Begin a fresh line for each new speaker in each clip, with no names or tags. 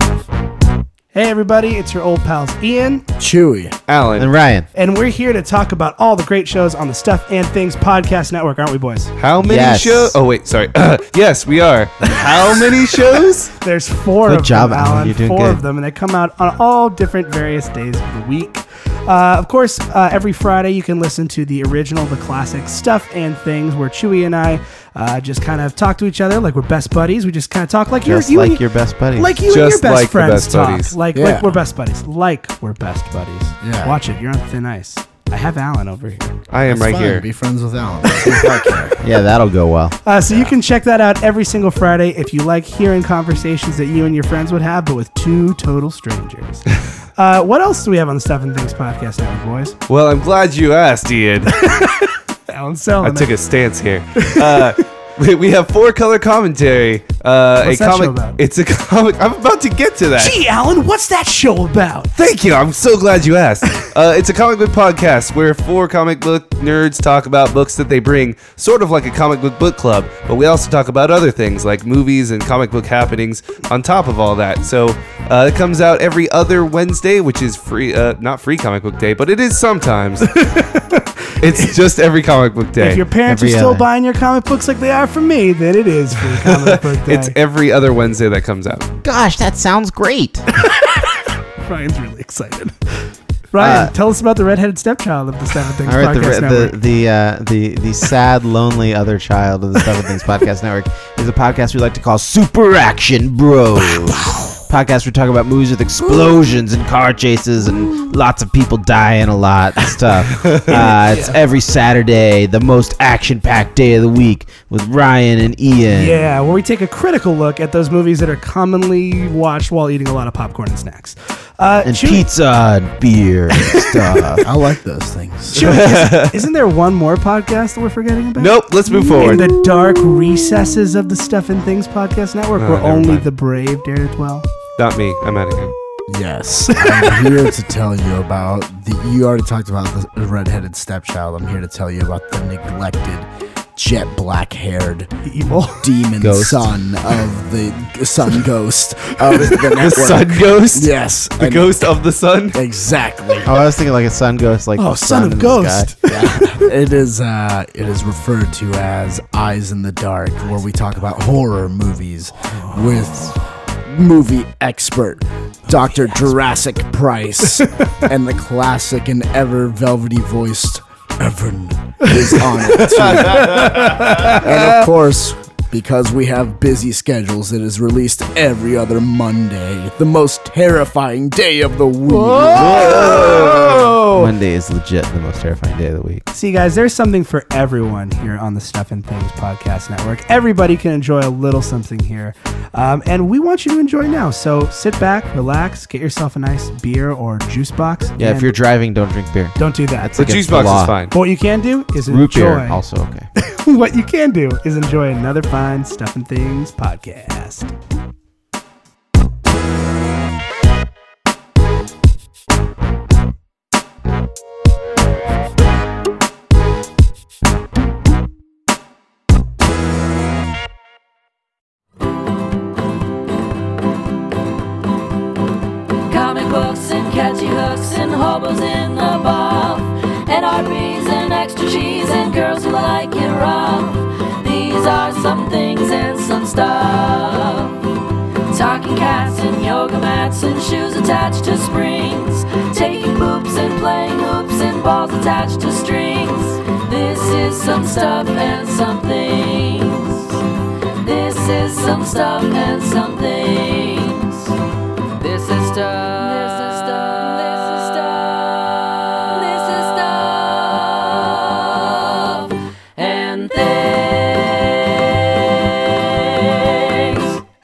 Hey, everybody, it's your old pals Ian,
Chewy.
Alan,
And Ryan,
and we're here to talk about all the great shows on the Stuff and Things Podcast Network, aren't we, boys?
how many
Yes.
shows? Oh wait, sorry. yes, we are. How many shows?
There's four
Good
of
job,
them,
Alan.
Alan.
You're doing
four
good.
of them, and they come out on all different various days of the week. Uh, of course, uh, every Friday you can listen to the original, the classic stuff and things, where Chewy and I uh, just kind of talk to each other like we're best buddies. We just kind of talk like
just
you're, you
like
and-
your best buddy.
like you and your
Just
best
like the
friends
best
talk.
buddies.
Like,
Yeah.
like we're best buddies. Like we're best buddies.
Yeah.
Watch it. You're on thin ice. I have Alan over here.
I am
It's
right
fine.
here.
Be friends with Alan. That's what I care.
yeah, that'll go well.
Uh, so you can check that out every single Friday if you like hearing conversations that you and your friends would have, but with two total strangers. uh, what else do we have on the Stuff and Things podcast network, boys?
Well, I'm glad you asked, Ian.
Alan
I
Selman.
took a stance here. Uh, we- we have four color commentary. Uh,
What's
a
that show
comic.
about?
It's a comic. I'm about to get to that.
Gee, Alan, what's that show about?
Thank you. I'm so glad you asked. Uh, it's a comic book podcast where four comic book nerds talk about books that they bring, sort of like a comic book book club, but we also talk about other things like movies and comic book happenings on top of all that. So uh, it comes out every other Wednesday, which is free, uh, not free comic book day, but it is sometimes. it's just every comic book day.
If your parents
Every
are still
other.
buying your comic books like they are for me, then it is free comic book day.
it's every other Wednesday that comes out.
Gosh, that sounds great.
Ryan's really excited. Ryan,
Uh,
tell us about the redheaded stepchild of the Stuff and Things
All right, the
podcast
re-
network.
the the, uh, the the sad, lonely other child of the Stuff and Things Podcast Network is a podcast we like to call Super Action Bros. podcast we talk about movies with explosions and car chases and lots of people dying a lot and stuff. Uh, it's every Saturday, the most action-packed day of the week with Ryan and Ian.
Yeah, where we take a critical look at those movies that are commonly watched while eating a lot of popcorn and snacks. Uh,
And
Chewy-
pizza and beer and stuff.
I like those things.
Chewy, is, isn't there one more podcast that we're forgetting about?
Nope, let's move
In
forward.
the dark recesses of the Stuff and Things podcast network,
Ah,
Oh,
where
never
only
mind.
the brave dare to dwell.
Not me. I'm out of here.
Yes. I'm here to tell you about the. You already talked about the redheaded stepchild. I'm here to tell you about the neglected, jet black haired
Evil.
demon
Ghost.
son of the sun ghost of the network.
The sun ghost?
Yes.
The
and-
ghost of the sun?
Exactly.
Oh, I was thinking like a sun ghost, like
Oh,
the
son of
in the sky.
ghost.
Yeah. it is uh, it is referred to as Eyes in the Dark, where we talk about horror movies with movie expert Dr. Jurassic Price and the classic and ever velvety voiced Evan is on it too. and of course, because we have busy schedules, it is released every other Monday, the most terrifying day of the week.
Oh.
Monday is legit the most terrifying day of the week.
See, guys, there's something for everyone here on the Stuff and Things podcast network. Everybody can enjoy a little something here, um, and we want you to enjoy now. So sit back, relax, get yourself a nice beer or juice box.
Yeah, if
and
you're driving, don't drink beer.
don't do that.
The
against
juice
the
box
law.
is fine.
But what you can do is
Root
enjoy.
beer also okay.
what you can do is enjoy another fine Stuff and Things podcast.
Comic books and catchy hooks and hobos in a bar. And RBs and extra cheese and girls who like it rough. These are some things and some stuff. Talking cats and yoga mats and shoes attached to springs. Taking poops and playing hoops and balls attached to strings. This is some stuff and some things. This is some stuff and some things. This is stuff. This is stuff. This is stuff. This is stuff. And things.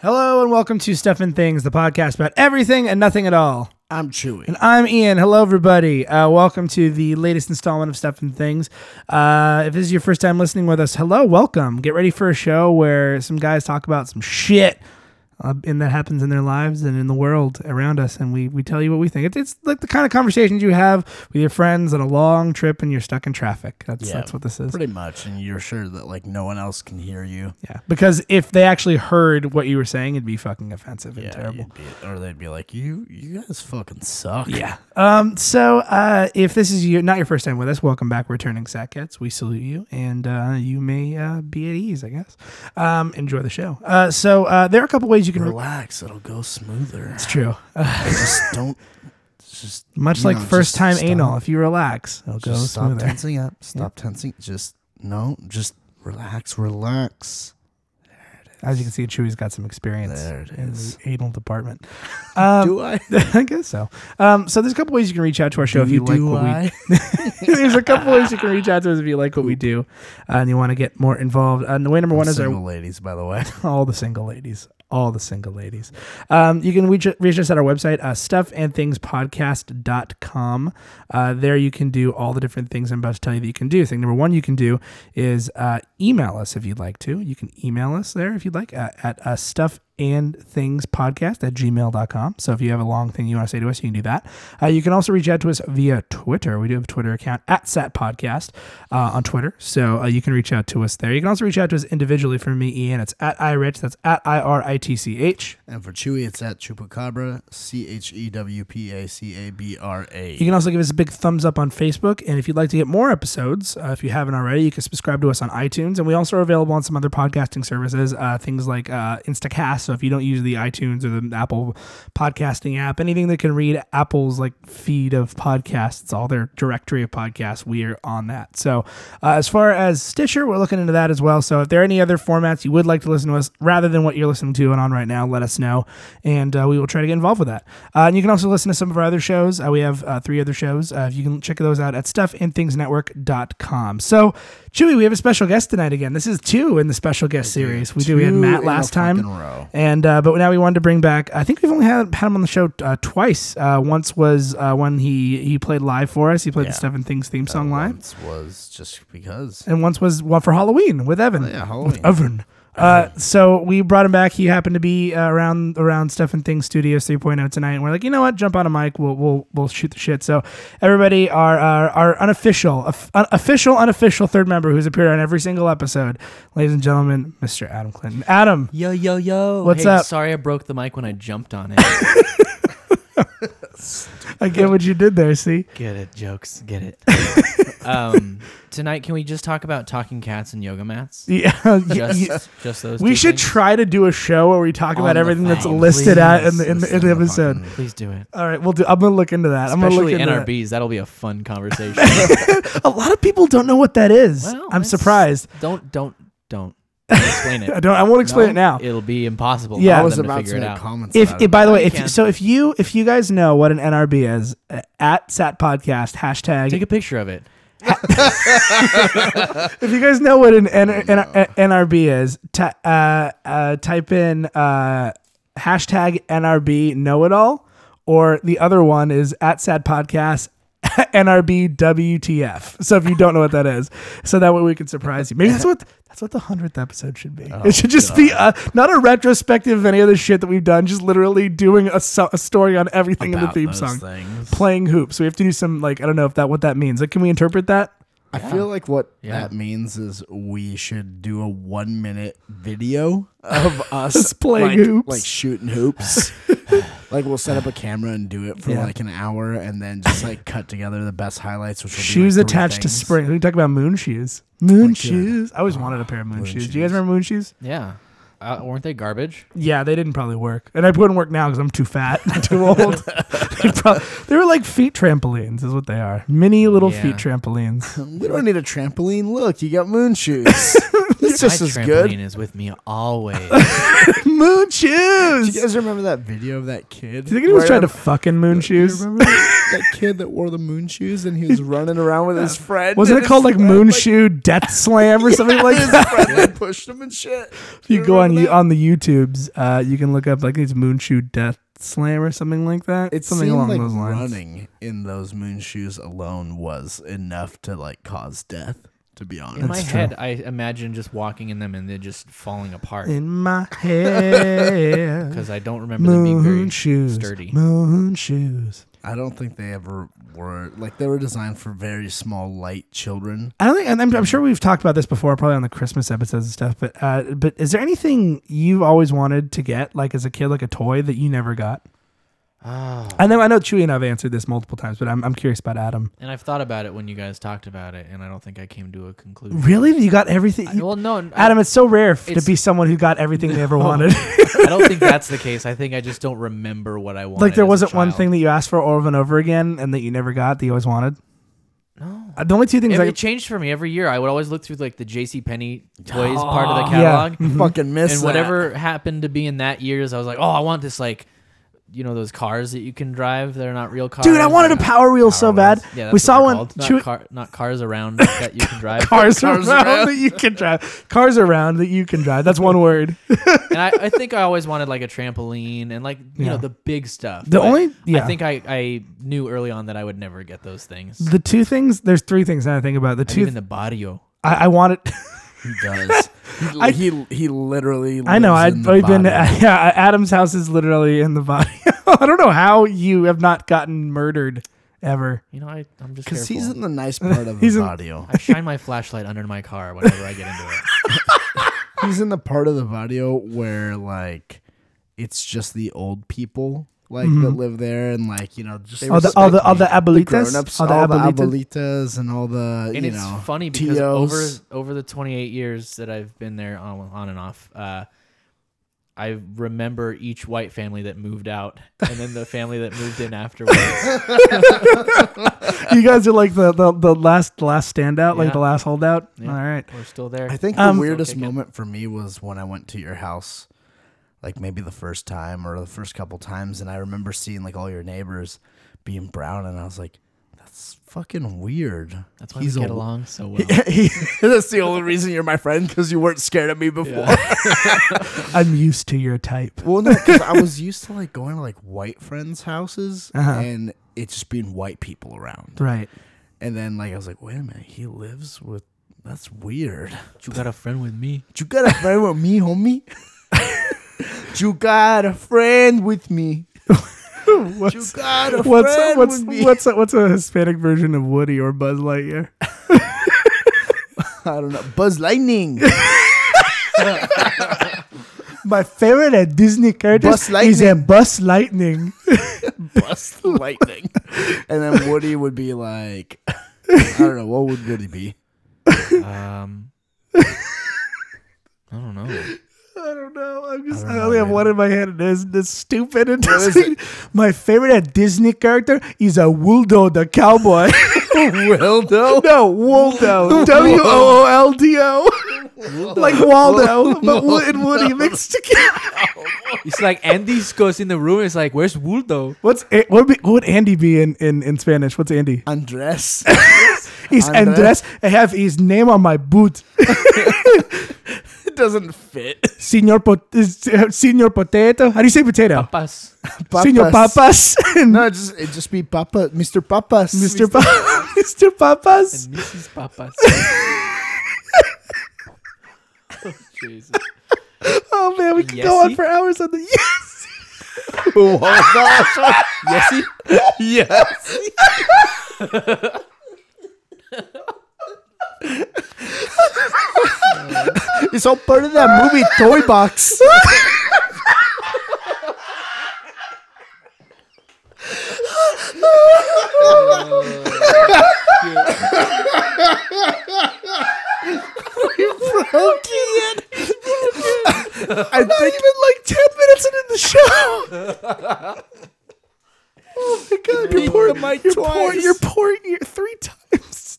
Hello and welcome to Stuff and Things, the podcast about everything and nothing at all.
I'm chewing.
And I'm Ian. Hello, everybody. Uh, welcome to the latest installment of Stuff and Things. Uh, if this is your first time listening with us, hello, welcome. Get ready for a show where some guys talk about some shit. uh, and that happens in their lives and in the world around us. And we, we tell you what we think. It's, it's like the kind of conversations you have with your friends on a long trip and you're stuck in traffic. That's, that's what this is.
Pretty much, and you're sure that like no one else can hear you.
Yeah, because if they actually heard what you were saying, it'd be fucking offensive and terrible.
you'd be- or they'd be like, "You, you guys fucking suck."
Yeah. Um. So, uh, if this is your not your first time with us, welcome back, returning Sackheads. We salute you, and uh, you may uh, be at ease, I guess. Um, enjoy the show. Uh, so uh, there are a couple ways you can.
relax, it'll go smoother.
it's true. Uh,
just don't. Just
much
you
like
know,
first
just
time
stop.
anal. If you relax, it'll go
Just stop
smoother.
tensing up. Stop tensing. Just no. Just relax. Relax.
As you can see, Chewy's got some experience
There it
in
is.
the anal department. Um,
do I?
I guess so. Um, so there's a couple ways you can reach out to our show if you like
do
what we
I?
There's a couple ways you can reach out to us if you like what we do uh, and you want to get more involved. Uh, and the way number one is
Single
our,
ladies, by the way.
all the single ladies. All the single ladies. Um, you can reach, reach us at our website, uh, stuffandthingspodcast.com. Uh, there you can do all the different things I'm about to tell you that you can do. Thing number one you can do is uh, email us if you'd like to. You can email us there if you'd like uh, at uh, stuff and things podcast at gmail.com. So if you have a long thing you want to say to us, you can do that. Uh, you can also reach out to us via Twitter. We do have a Twitter account at Sat Podcast uh, on Twitter. So uh, you can reach out to us there. You can also reach out to us individually for me, Ian. It's at iRich. That's at I R I T C H.
And for Chewy, it's at Chupacabra, C H E W P A C A B R
You
A.
can also give us a big thumbs up on Facebook. And if you'd like to get more episodes, uh, if you haven't already, you can subscribe to us on iTunes. And we also are available on some other podcasting services, uh, things like uh, Instacast. So if you don't use the iTunes or the Apple podcasting app, anything that can read Apple's like feed of podcasts, all their directory of podcasts, we are on that. So uh, as far as Stitcher, we're looking into that as well. So if there are any other formats you would like to listen to us rather than what you're listening to and on right now, let us know, and uh, we will try to get involved with that. Uh, and you can also listen to some of our other shows. Uh, we have uh, three other shows. Uh, if you can check those out at stuffandthingsnetwork.com. So, Chewy, we have a special guest tonight again. This is two in the special guest series. We do. We had
Two
Matt
in a
last time,
fucking row.
and uh, but now we wanted to bring back. I think we've only had had him on the show uh, twice. Uh, once was uh, when he he played live for us. He played
Yeah. Uh,
the Stuff and Things theme song live
Once was just because.
and once was one for Halloween with Evan.
yeah, Halloween.
With Evan. Uh, so we brought him back. He happened to be uh, around around Stuff and Things Studios 3.0 tonight, and we're like, you know what? Jump on a mic. We'll we'll, we'll shoot the shit. So everybody, our our, our unofficial, of- un- official, unofficial third member who's appeared on every single episode, ladies and gentlemen, Mr. Adam Clinton. Adam,
Yo, yo, yo.
What's
Hey,
up?
Sorry I broke the mic when I jumped on it.
I get what you did there. See,
get it, jokes. Get it. um, tonight, can we just talk about talking cats and yoga mats?
yeah.
Just, just those
We
two
should
things?
try to do a show where we talk
On
about
the
everything that's
phone,
listed out in the in the,
Listen
in the
to the
episode.
fucking-
Please do it.
All right, we'll do. I'm gonna look into that. I'm gonna look
Especially
into that.
NRBs. That'll be a fun conversation.
A lot of people don't know what that is.
Well,
I'm
it's-
surprised.
Don't, don't, don't. Explain it.
I don't. I won't explain
No,
it now.
It'll be impossible.
Yeah.
Yeah,
I
I
was
them to figure it out.
comments.
if
about
if-
it.
by the way,
You
if you,
can.
so, if you if you guys know what an NRB is, uh, at Sat Podcast hashtag.
Take a picture of it.
if you guys know what an N- N- NRB is, ty- uh, uh, type in uh, hashtag NRB Know It All, or the other one is at Sat Podcast. NRB WTF. So if you don't know what that is, so that way we can surprise you. Maybe that's what that's what the hundredth episode should
Oh,
be. it should just be uh not a retrospective of any of the shit that we've done. Just literally doing a, so- a story on everything in the
About
theme
those
song,
things.
playing hoops. We have to do some like I don't know if that what that means. Like, can we interpret that?
I feel like what
Yeah.
that means is we should do a one minute video of us
Us playing
like,
hoops.
like shooting hoops. like we'll set up a camera and do it for
Yeah.
like an hour, and then just like cut together the best highlights. Which will
shoes
be, like, three
attached to
things.
spring. We can talk about moon shoes. Moon
God.
shoes. I always wanted a pair of moon,
Oh, moon
shoes. Do you guys
shoes.
remember moon shoes?
Yeah. Uh, weren't they garbage?
Yeah, they didn't probably work, and I wouldn't work now because I'm too fat, and too old. they, prob- they were like feet trampolines, is what they are. Mini little
Yeah.
feet trampolines.
We don't need a trampoline. Look, you got moon shoes. it's just
My
as
trampoline
good.
is with me always.
moon
Do
shoes.
you guys remember that video of that kid?
Do you think anyone's
wearing-
tried to fucking moon shoes?
Remember that, that kid that wore the moon shoes and he was running around with his friend?
Wasn't
and
it called like
his friend,
moon shoe death slam or something like
his
that?
friend like, pushed him and shit.
If you go on
remember
you
that?
on the YouTubes, uh, you can look up like it's moon shoe death slam or something like that.
It
something
seemed
along
like
those lines.
running in those moon shoes alone was enough to like cause death. to be honest.
In my head, I imagine just walking in them and then just falling apart
in my head.
because I don't remember them being
Moon
very
shoes,
sturdy.
moon shoes.
I don't think they ever were like they were designed for very small, light children.
I don't think, and I'm, I'm sure we've talked about this before, probably on the Christmas episodes and stuff. But uh, but is there anything you've always wanted to get, like as a kid, like a toy that you never got? I know I know Chewy and I've answered this multiple times, but I'm I'm curious about Adam.
And I've thought about it when you guys talked about it, and I don't think I came to a conclusion.
Really, you got everything?
I- well, no, I-
Adam, it's so rare f- to
It's-
be someone who got everything they ever wanted.
I don't think that's the case. I think I just don't remember what I wanted.
like there
as a
wasn't one
child.
thing that you asked for over and over again, and that you never got that you always wanted.
No.
Uh, the only two things
It,
I
it changed for me every year. I would always look through like the J.C. Penney toys part of the catalog,
Mm-hmm.
Fucking miss
and whatever happened to be in that year's, I was like, oh, I want this like, you know, those cars that you can drive. They're not real cars.
dude, I wanted a
They're not
Power Wheel so
Power
bad.
Wheels. Yeah, that's
we
what
saw
they're
one.
called.
Chewy-
Not, car, not cars around that you can drive.
cars, around,
around.
that you can drive. Cars around that you can drive. That's one word.
and I, I think I always wanted like a trampoline and like you
Yeah.
know the big stuff.
The
But
only- yeah.
I think I, I knew early on that I would never get those things.
The two things. There's three things that I think about. The
And
two.
even the barrio.
I, I wanted.
he does. He,
I-
he he literally.
I know.
lives
I'd
in the
probably been.
bottom.
yeah, Adam's house is literally in the body. I don't know how you have not gotten murdered ever.
You know, I I'm just
Because
careful.
he's in the nice part of
He's
the
in-
audio.
I shine my flashlight under my car whenever I get into it.
He's in the part of the audio where like it's just the old people like that live there, and like you know just
Mm-hmm. All the all the all the abuelitas,
grown-ups,
all the abuelitas.
abuelitas, and all the
And
you
it's
know,
funny because
tios.
over over the 28 years that I've been there on, on and off, uh, I remember each white family that moved out and then the family that moved in afterwards.
You guys are like the the, the last the last standout, like
Yeah.
the last holdout.
Yeah.
All right.
We're still there.
I think
Um,
the weirdest
Okay, good.
moment for me was when I went to your house, like maybe the first time or the first couple times, and I remember seeing like all your neighbors being brown, and I was like, "That's fucking weird."
That's why we get along so well.
That's the only reason you're my friend because you weren't scared of me before.
I'm used to your type.
Well, no, because I was used to like going to like white friends' houses
Uh-huh.
and it just being white people around,
Right.
and then like I was like, "Wait a minute, he lives with." That's weird.
You got a friend with me.
You got a friend with me, homie? you got a friend with me. you
What's
got a
what's
friend
what's
with me.
what's a, what's a Hispanic version of Woody or Buzz Lightyear?
I don't know. Buzz Lightning.
My favorite at Disney character
Buzz
is a
Lightning.
Buzz Lightning.
Buzz Lightning. And then Woody would be like, I don't know. What would Woody be?
Um, I don't know.
I don't know. I'm just. I,
I don't know,
only have
man.
one in my head, and it's, it's stupid. And
is
Disney. My favorite at Disney character is a Woldo the cowboy.
Wildo?
no, Woldo. W o o l d o. Like Waldo, but Wo- and Woody mixed together.
It's like Andy goes in the room. It's like, where's Wuldo?
What's A- what? Would be, what would Andy be in, in, in Spanish? What's Andy?
Andres.
He's Andres.
Andres.
I have his name on my boot.
it doesn't fit.
Senor, pot- is- uh, Senor Potato. How do you say potato?
Papas.
Senor Papas. And
No, it just, it just be Papa. Mr. Papas.
Mr. Pa- Mr. Papas.
And Mrs. Papas. oh, Jesus.
Oh man, we could go on
Yesy?
for hours on the yes.
Papas.
Yesy?
yes. it's all part of that movie Toy Box. I think like ten minutes into the show. Oh
God, you're poor, you're poor, you're poor, you're three times.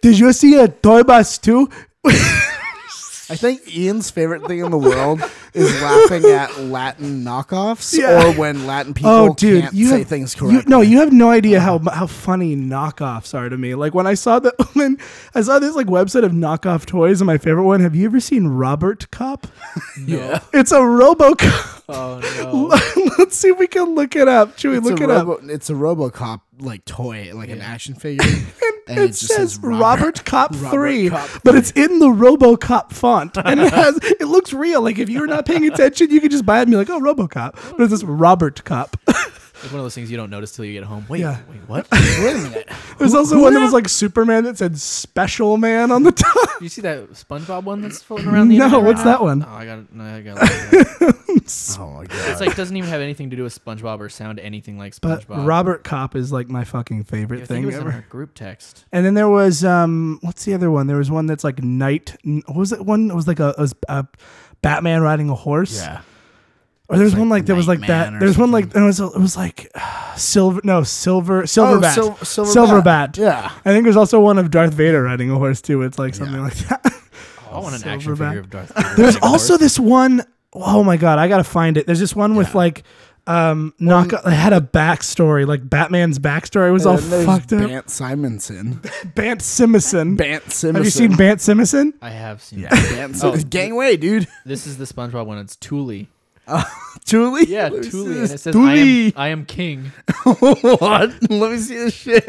Did you see a toy bus too?
I think Ian's favorite thing in the world is laughing at Latin knockoffs
Yeah.
or when Latin people
Oh, dude,
can't
you
say
have-
things
you-
correctly. Uh-huh.
no, you have no idea how how funny knockoffs are to me. Like when I saw the when I saw this like website of knockoff toys, and my favorite one. Have you ever seen Robert Cop?
No.
It's a RoboCop.
Oh, no.
Let's see if we can look it up. Chewy,
it's
look
a
it up.
robo, It's a RoboCop like toy, like an action figure.
And it,
And it just
says,
says
Robert,
Robert-
Cop
Robert
3,
Cop
but it's in the RoboCop font. And it has it looks real. Like if you're not paying attention, you could just buy it and be like, "Oh, RoboCop." But it's this Robert Cop.
It's one of those things you don't notice till you get home. Wait,
Yeah.
wait, what? Wait a minute.
There's also one that was like Superman that said Special Man on the top.
You see that SpongeBob one that's floating around the
No,
internet right
what's
now?
that one?
Oh, I got no, I got it.
oh my
It's
god.
like doesn't even have anything to do with SpongeBob or sound anything like
But
SpongeBob.
Robert Cop is like my fucking
I
favorite
think it
thing
was in
ever.
our group text.
And then there was um, what's the other one? There was one that's like Knight. What was it? One it was like a, it was a Batman riding a horse.
yeah.
Or there's
It's
one
like
like there was like
Nightman
that.
or
There's one like there was it was like silver no silver silver
Oh,
bat
Sil- Silver
bat.
Bat. Yeah.
I think there's also one of Darth Vader riding a horse too. It's like something like that.
I want an action
Oh, Silverback.
figure of Darth Vader.
There's
Of course.
also this one oh my god, I gotta find it. There's this one with like um knock it had a backstory like Batman's backstory was all
And there's
fucked up.
Bant Simonson.
Bant Simonson.
Bant Simonson.
Have you seen Bant Simonson?
I have seen.
Yeah,
that.
Bant
Oh.
Simonson. Gangway, dude.
This is the SpongeBob one. It's Thule.
Tuli?
Yeah,
Let me see
Thule. And
this.
it says, I
Thule.
am, I am king.
what? Let me see this shit.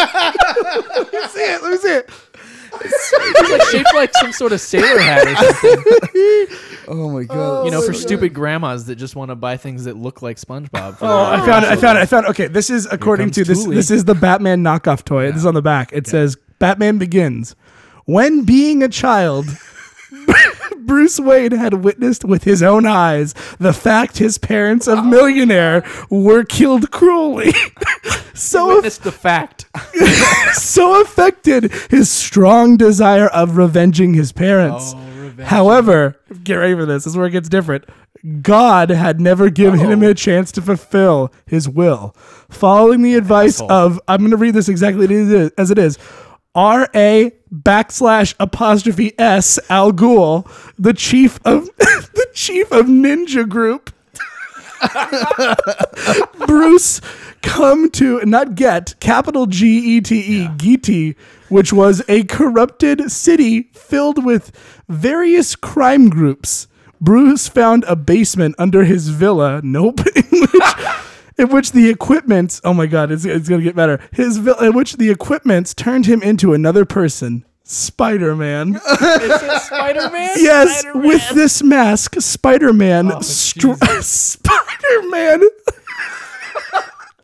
Let me see it. Let me see it.
It's like shaped like some sort of sailor hat or something.
Oh my god.
You know, for stupid grandmas that just want to buy things that look like SpongeBob. for
Oh,
their
I found it. I found it. I found it. Okay, this is according
comes
to this.
Thule.
This is the Batman knockoff toy. This is on the back. It says Batman Begins. When being a child, Bruce Wayne had witnessed with his own eyes the fact his parents, a millionaire, were killed cruelly. so
Witness the fact.
so affected his strong desire of revenging his parents. However, get ready for this. This is where it gets different. God had never given him a chance to fulfill his will. Following the advice of, I'm going to read this exactly as it is- as it is. R A backslash apostrophe S Al Ghul, the chief of the chief of Ninja Group. Bruce come to not get capital G E T E Giti, which was a corrupted city filled with various crime groups. Bruce found a basement under his villa. Nope. In which, in which the equipment. Oh my God, it's, it's gonna get better. His villa, in which the equipment turned him into another person. Spider Man.
Spider Man?
Yes, with this mask, Spider Man. Spider Man.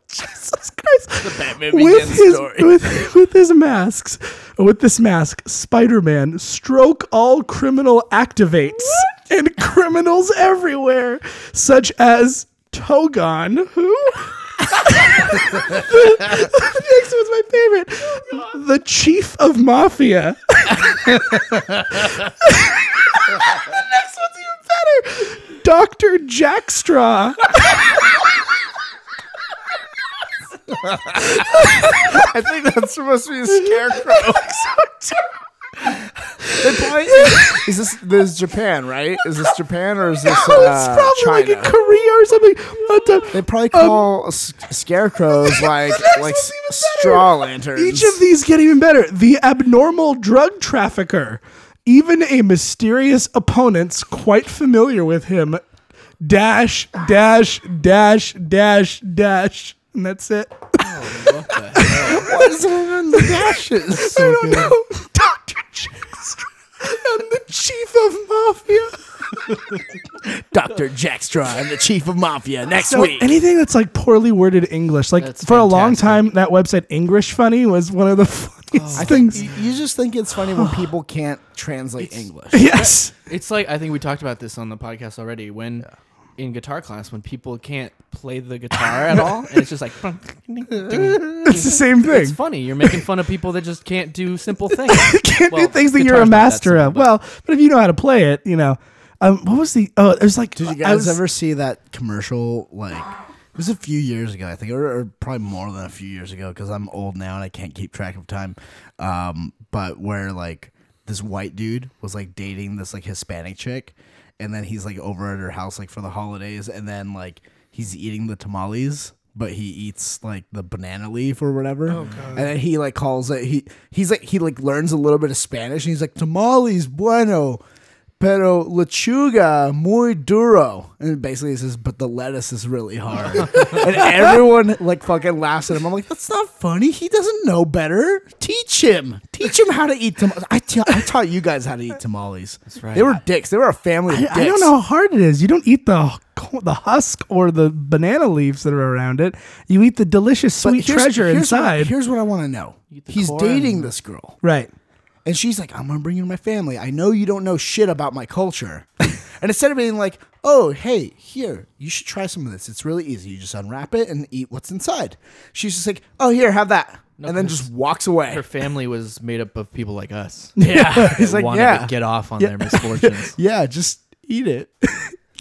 Jesus Christ. with his with with his masks, with this mask, Spider Man stroke all criminal activates and criminals everywhere, such as Togon, who. the next one's my favorite. The chief of mafia. next one's even better. Oh, Dr. Jackstraw.
I think that's supposed to be a scarecrow. They probably- is this this is Japan, right? Is this Japan or is this
oh,
uh,
it's probably
China?
like in Korea or something. What the-
they probably call s- scarecrows like
next
like
one's
s-
even better.
straw lanterns.
Each of these get even better. The abnormal drug trafficker, even a mysterious opponent's quite familiar with him. Dash, dash, dash, dash, dash. And that's it.
Oh, what is in the dashes?
I don't know. Dr. Jackstraw. I'm the chief of mafia.
Doctor Jackstraw and the chief of mafia next
So anything that's like poorly worded English, like
That's
for a long
fantastic.
time, that website English Funny was one of the funniest
Oh. I think
things.
you, you just think it's funny when people can't translate English.
yes.
It's like I think we talked about this on the podcast already. When in guitar class, when people can't play the guitar at all, and it's just like
It's the same thing.
It's funny. You're making fun of people that just can't do simple things.
can't
Well,
do things that you're a
guitar's not that
master of.
simple, but-
Well, but if you know how to play it, you know. Um, what was the? Oh, it was like.
Did you
I
guys
was,
ever see that commercial? Like, it was a few years ago, I think, or, or probably more than a few years ago, because I'm old now and I can't keep track of time. Um, but where like this white dude was like dating this like Hispanic chick, and then he's like over at her house like for the holidays, and then like he's eating the tamales. But he eats like the banana leaf or whatever, and then he like calls it. He he's like he like learns a little bit of Spanish, and he's like tamales bueno, pero lechuga muy duro. And basically it says, but the lettuce is really hard. and everyone like fucking laughs at him. I'm like, that's not funny. He doesn't know better. Teach him. Teach him how to eat tamales. I ta- I taught you guys how to eat tamales. That's right. They were dicks. They were a family of
I,
dicks.
I don't know how hard it is. You don't eat the the husk or the banana leaves that are around it. You eat the delicious
But
sweet
here's-
treasure
here's what-
inside.
here's what I want to know.
the
He's
core
dating
and-
this girl.
right.
And she's like, I'm gonna bring you to my family. I know you don't know shit about my culture. and instead of being like, oh, hey, here, you should try some of this. It's really easy. You just unwrap it and eat what's inside. She's just like, oh, here, have that. and then just walks away.
Her family was made up of people like us.
Yeah.
He's
He's like,
wanted
yeah.
to get off on their misfortunes.
yeah, just eat it.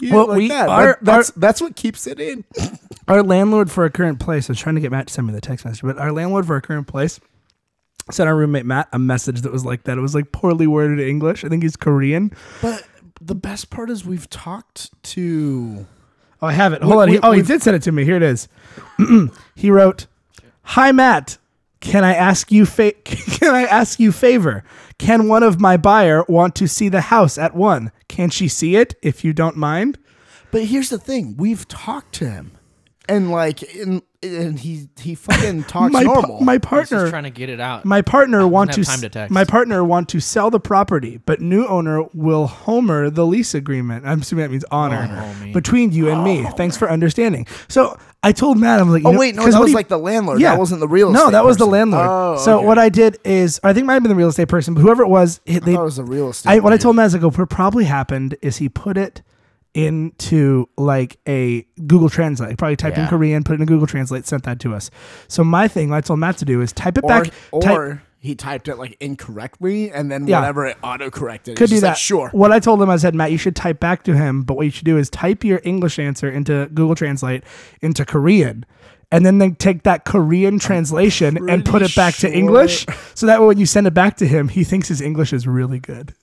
Eat
Well,
it like
we
that.
are-
That- that's, that's what keeps it in.
our landlord for our current place, I was trying to get Matt to send me the text message, but our landlord for our current place sent our roommate Matt a message that was like that. It was like poorly worded English. I think he's Korean.
But the best part is we've talked to.
Oh, I have it. Hold on.
we-
He- oh, he
we've-
did send it to me. Here it is. he wrote, "Hi Matt, can I ask you fa- can I ask you favor? Can one of my buyer want to see the house at one? Can she see it if you don't mind?"
But here's the thing we've talked to him. And like, and, and he he fucking talks
my pa-
normal.
my
He's
partner
just trying to get it out.
My partner want to,
have time to text.
my partner want to sell the property, but new owner will homer the lease agreement. I'm assuming that means honor
homie.
between you and
Oh,
me. Thanks for understanding. So I told Matt, I'm like, you
Oh
know-
wait, no,
'cause
that
what
was
he-
like the landlord. That wasn't the real
No,
estate
that was the
person.
landlord.
Oh,
so
okay.
what I did is, I think it might have been the real estate person, but whoever it was, it, they,
thought it was the real estate
I, what I
agent.
told Matt is, I go, what probably happened is he put it into like a Google Translate. He probably typed in
Yeah.
Korean, put it in Google Translate, sent that to us. So my thing, what I told Matt to do is type it
or,
back.
or
type-
he typed it like incorrectly, and then
Yeah.
whatever it auto corrected.
could do that.
sure.
What I told him, I said, Matt, you should type back to him, but what you should do is type your English answer into Google Translate into Korean. And then they take that Korean translation and put it back
sure-
to English. So that way, when you send it back to him, he thinks his English is really good.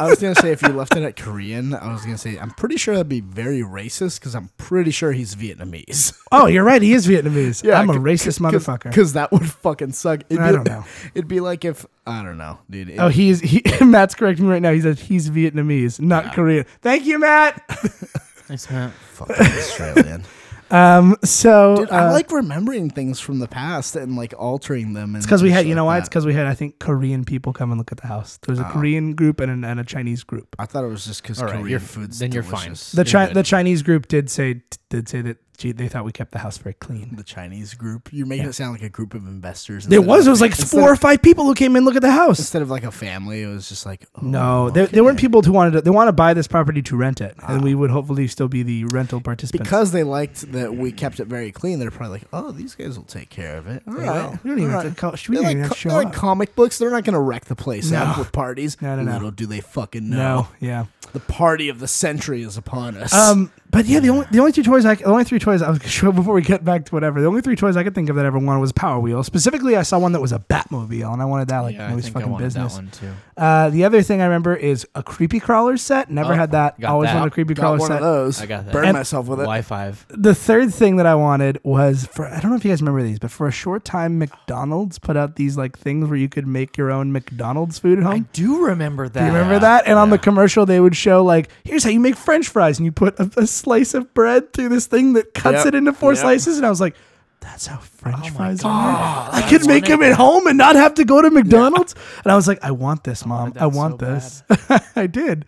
I was gonna say if you left it at Korean, I was gonna say I'm pretty sure that'd be very racist because I'm pretty sure he's Vietnamese.
Oh, you're right. He is Vietnamese. I'm a
c-
racist
c- cause,
motherfucker.
Because that would fucking suck. It'd
I
be,
don't know.
It'd be like if I don't know, dude. It-
oh, he's he, Matt's correcting me right now. He says he's Vietnamese, not Korean. Thank you, Matt.
Thanks, Matt.
fucking Australian.
Um, so
Dude, I
uh,
like remembering things from the past and like altering them.
It's because we had, you know why? It's because we had, I think, Korean people come and look at the house. There's a Korean group and, an, and a Chinese group.
I thought it was just because
All right,
Korean
you're-
food's
then you're
delicious.
fine.
The
You're
Chi-
good.
the Chinese group did say did say that gee, they thought we kept the house very clean.
the Chinese group. You're making it sound like a group of investors.
There
instead
was
of-
it was like
instead
four or
of,
five people who came in look at the house.
instead of like a family. It was just like oh,
No, there, there weren't people who wanted to. They want to buy this property to rent it, and we would hopefully still be the rental participants.
because they liked that we kept it very clean. They're probably like, oh, these guys will take care of it. All right,
we don't even
all
have to
right."
call. Should we
They're
don't even
like,
have
co-
to show
they're like
up?
comic books. They're not going to wreck the place up
No.
with parties.
No, no, no.
Little do they fucking know.
no, yeah.
The party of the century is upon us.
Um, but yeah, the only the only two toys I c- the only three toys I was gonna show before we get back to whatever the only three toys I could think of that I ever wanted was Power Wheel. Specifically, I saw one that was a Batmobile, and I wanted that like
yeah,
no
I
nobody's
think I
fucking
wanted
business.
that one too.
Uh, the other thing I remember is a creepy crawler set. Never
Oh,
had that.
got
Always
that.
wanted a creepy
got
crawler
one
set.
of those.
I got that.
Burned
And-
myself with it.
Wi five.
The third thing that I wanted was for I don't know if you guys remember these, but for a short time McDonald's put out these like things where you could make your own McDonald's food at
I
home.
do remember that.
Do you remember that? And on the commercial, they would show like, "Here's how you make French fries," and you put a, a slice of bread through this thing that cuts
Yep.
it into four
Yep. Oh
slices. And I was like, "That's how French fries are." I
I
could make
wanted
them at
that.
home and not have to go to McDonald's. And I was like, "I want
Oh,
this, mom.
wanted
I
that so
want this." I did,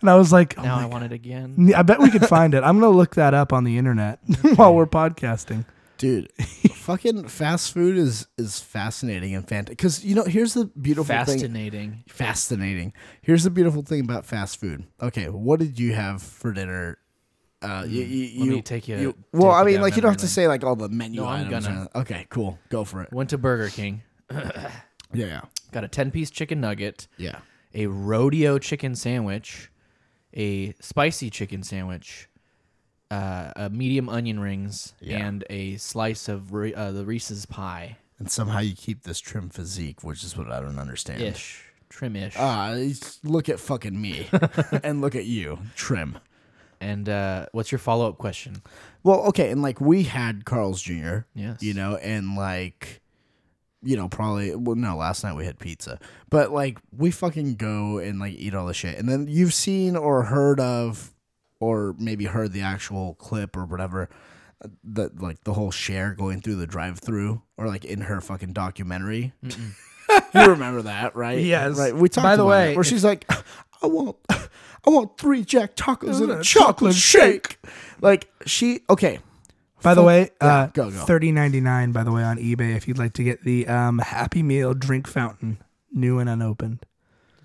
and I was like, oh
Now
my
I want it again.
I bet we could find it. I'm gonna look that up on the internet while we're podcasting.
dude fucking fast food is is fascinating and fantastic because you know here's the beautiful thing
Fascinating.
fascinating here's the beautiful thing about fast food okay what did you have for dinner uh you, you,
Mm, Let
you
me take you- take
well i
you
mean
down
like you don't
memory
have to
lane.
say like all the menu
No, I'm
items or
gonna.
anything. okay cool go for it
Went to Burger King.
yeah yeah
Got a ten piece chicken nugget,
yeah
a rodeo chicken sandwich, a spicy chicken sandwich, uh, a medium onion rings, and a slice of Re- uh, the Reese's pie
and somehow you keep this trim physique which is what i don't understand
ish, trim ish,
Ah, it's- look at fucking me, and look at you, trim.
and uh, what's your follow up question?
Well, okay, and like we had Carl's Jr.
Yes.
You know, and like you know, probably well no, last night we had pizza. But like we fucking go and like eat all the shit. And then you've seen or heard of or maybe heard the actual clip or whatever uh, that like the whole share going through the drive through or like in her fucking documentary. you remember that, right?
Yes.
Right. We talked
By the
about
way,
it, where
if-
she's like I want I want three jack tacos and
a
a chocolate shake. Like she okay.
By the
Full-
way,
Yeah,
uh,
go, go.
thirty ninety nine. By the way, on eBay, if you'd like to get the um, Happy Meal drink fountain, new and unopened.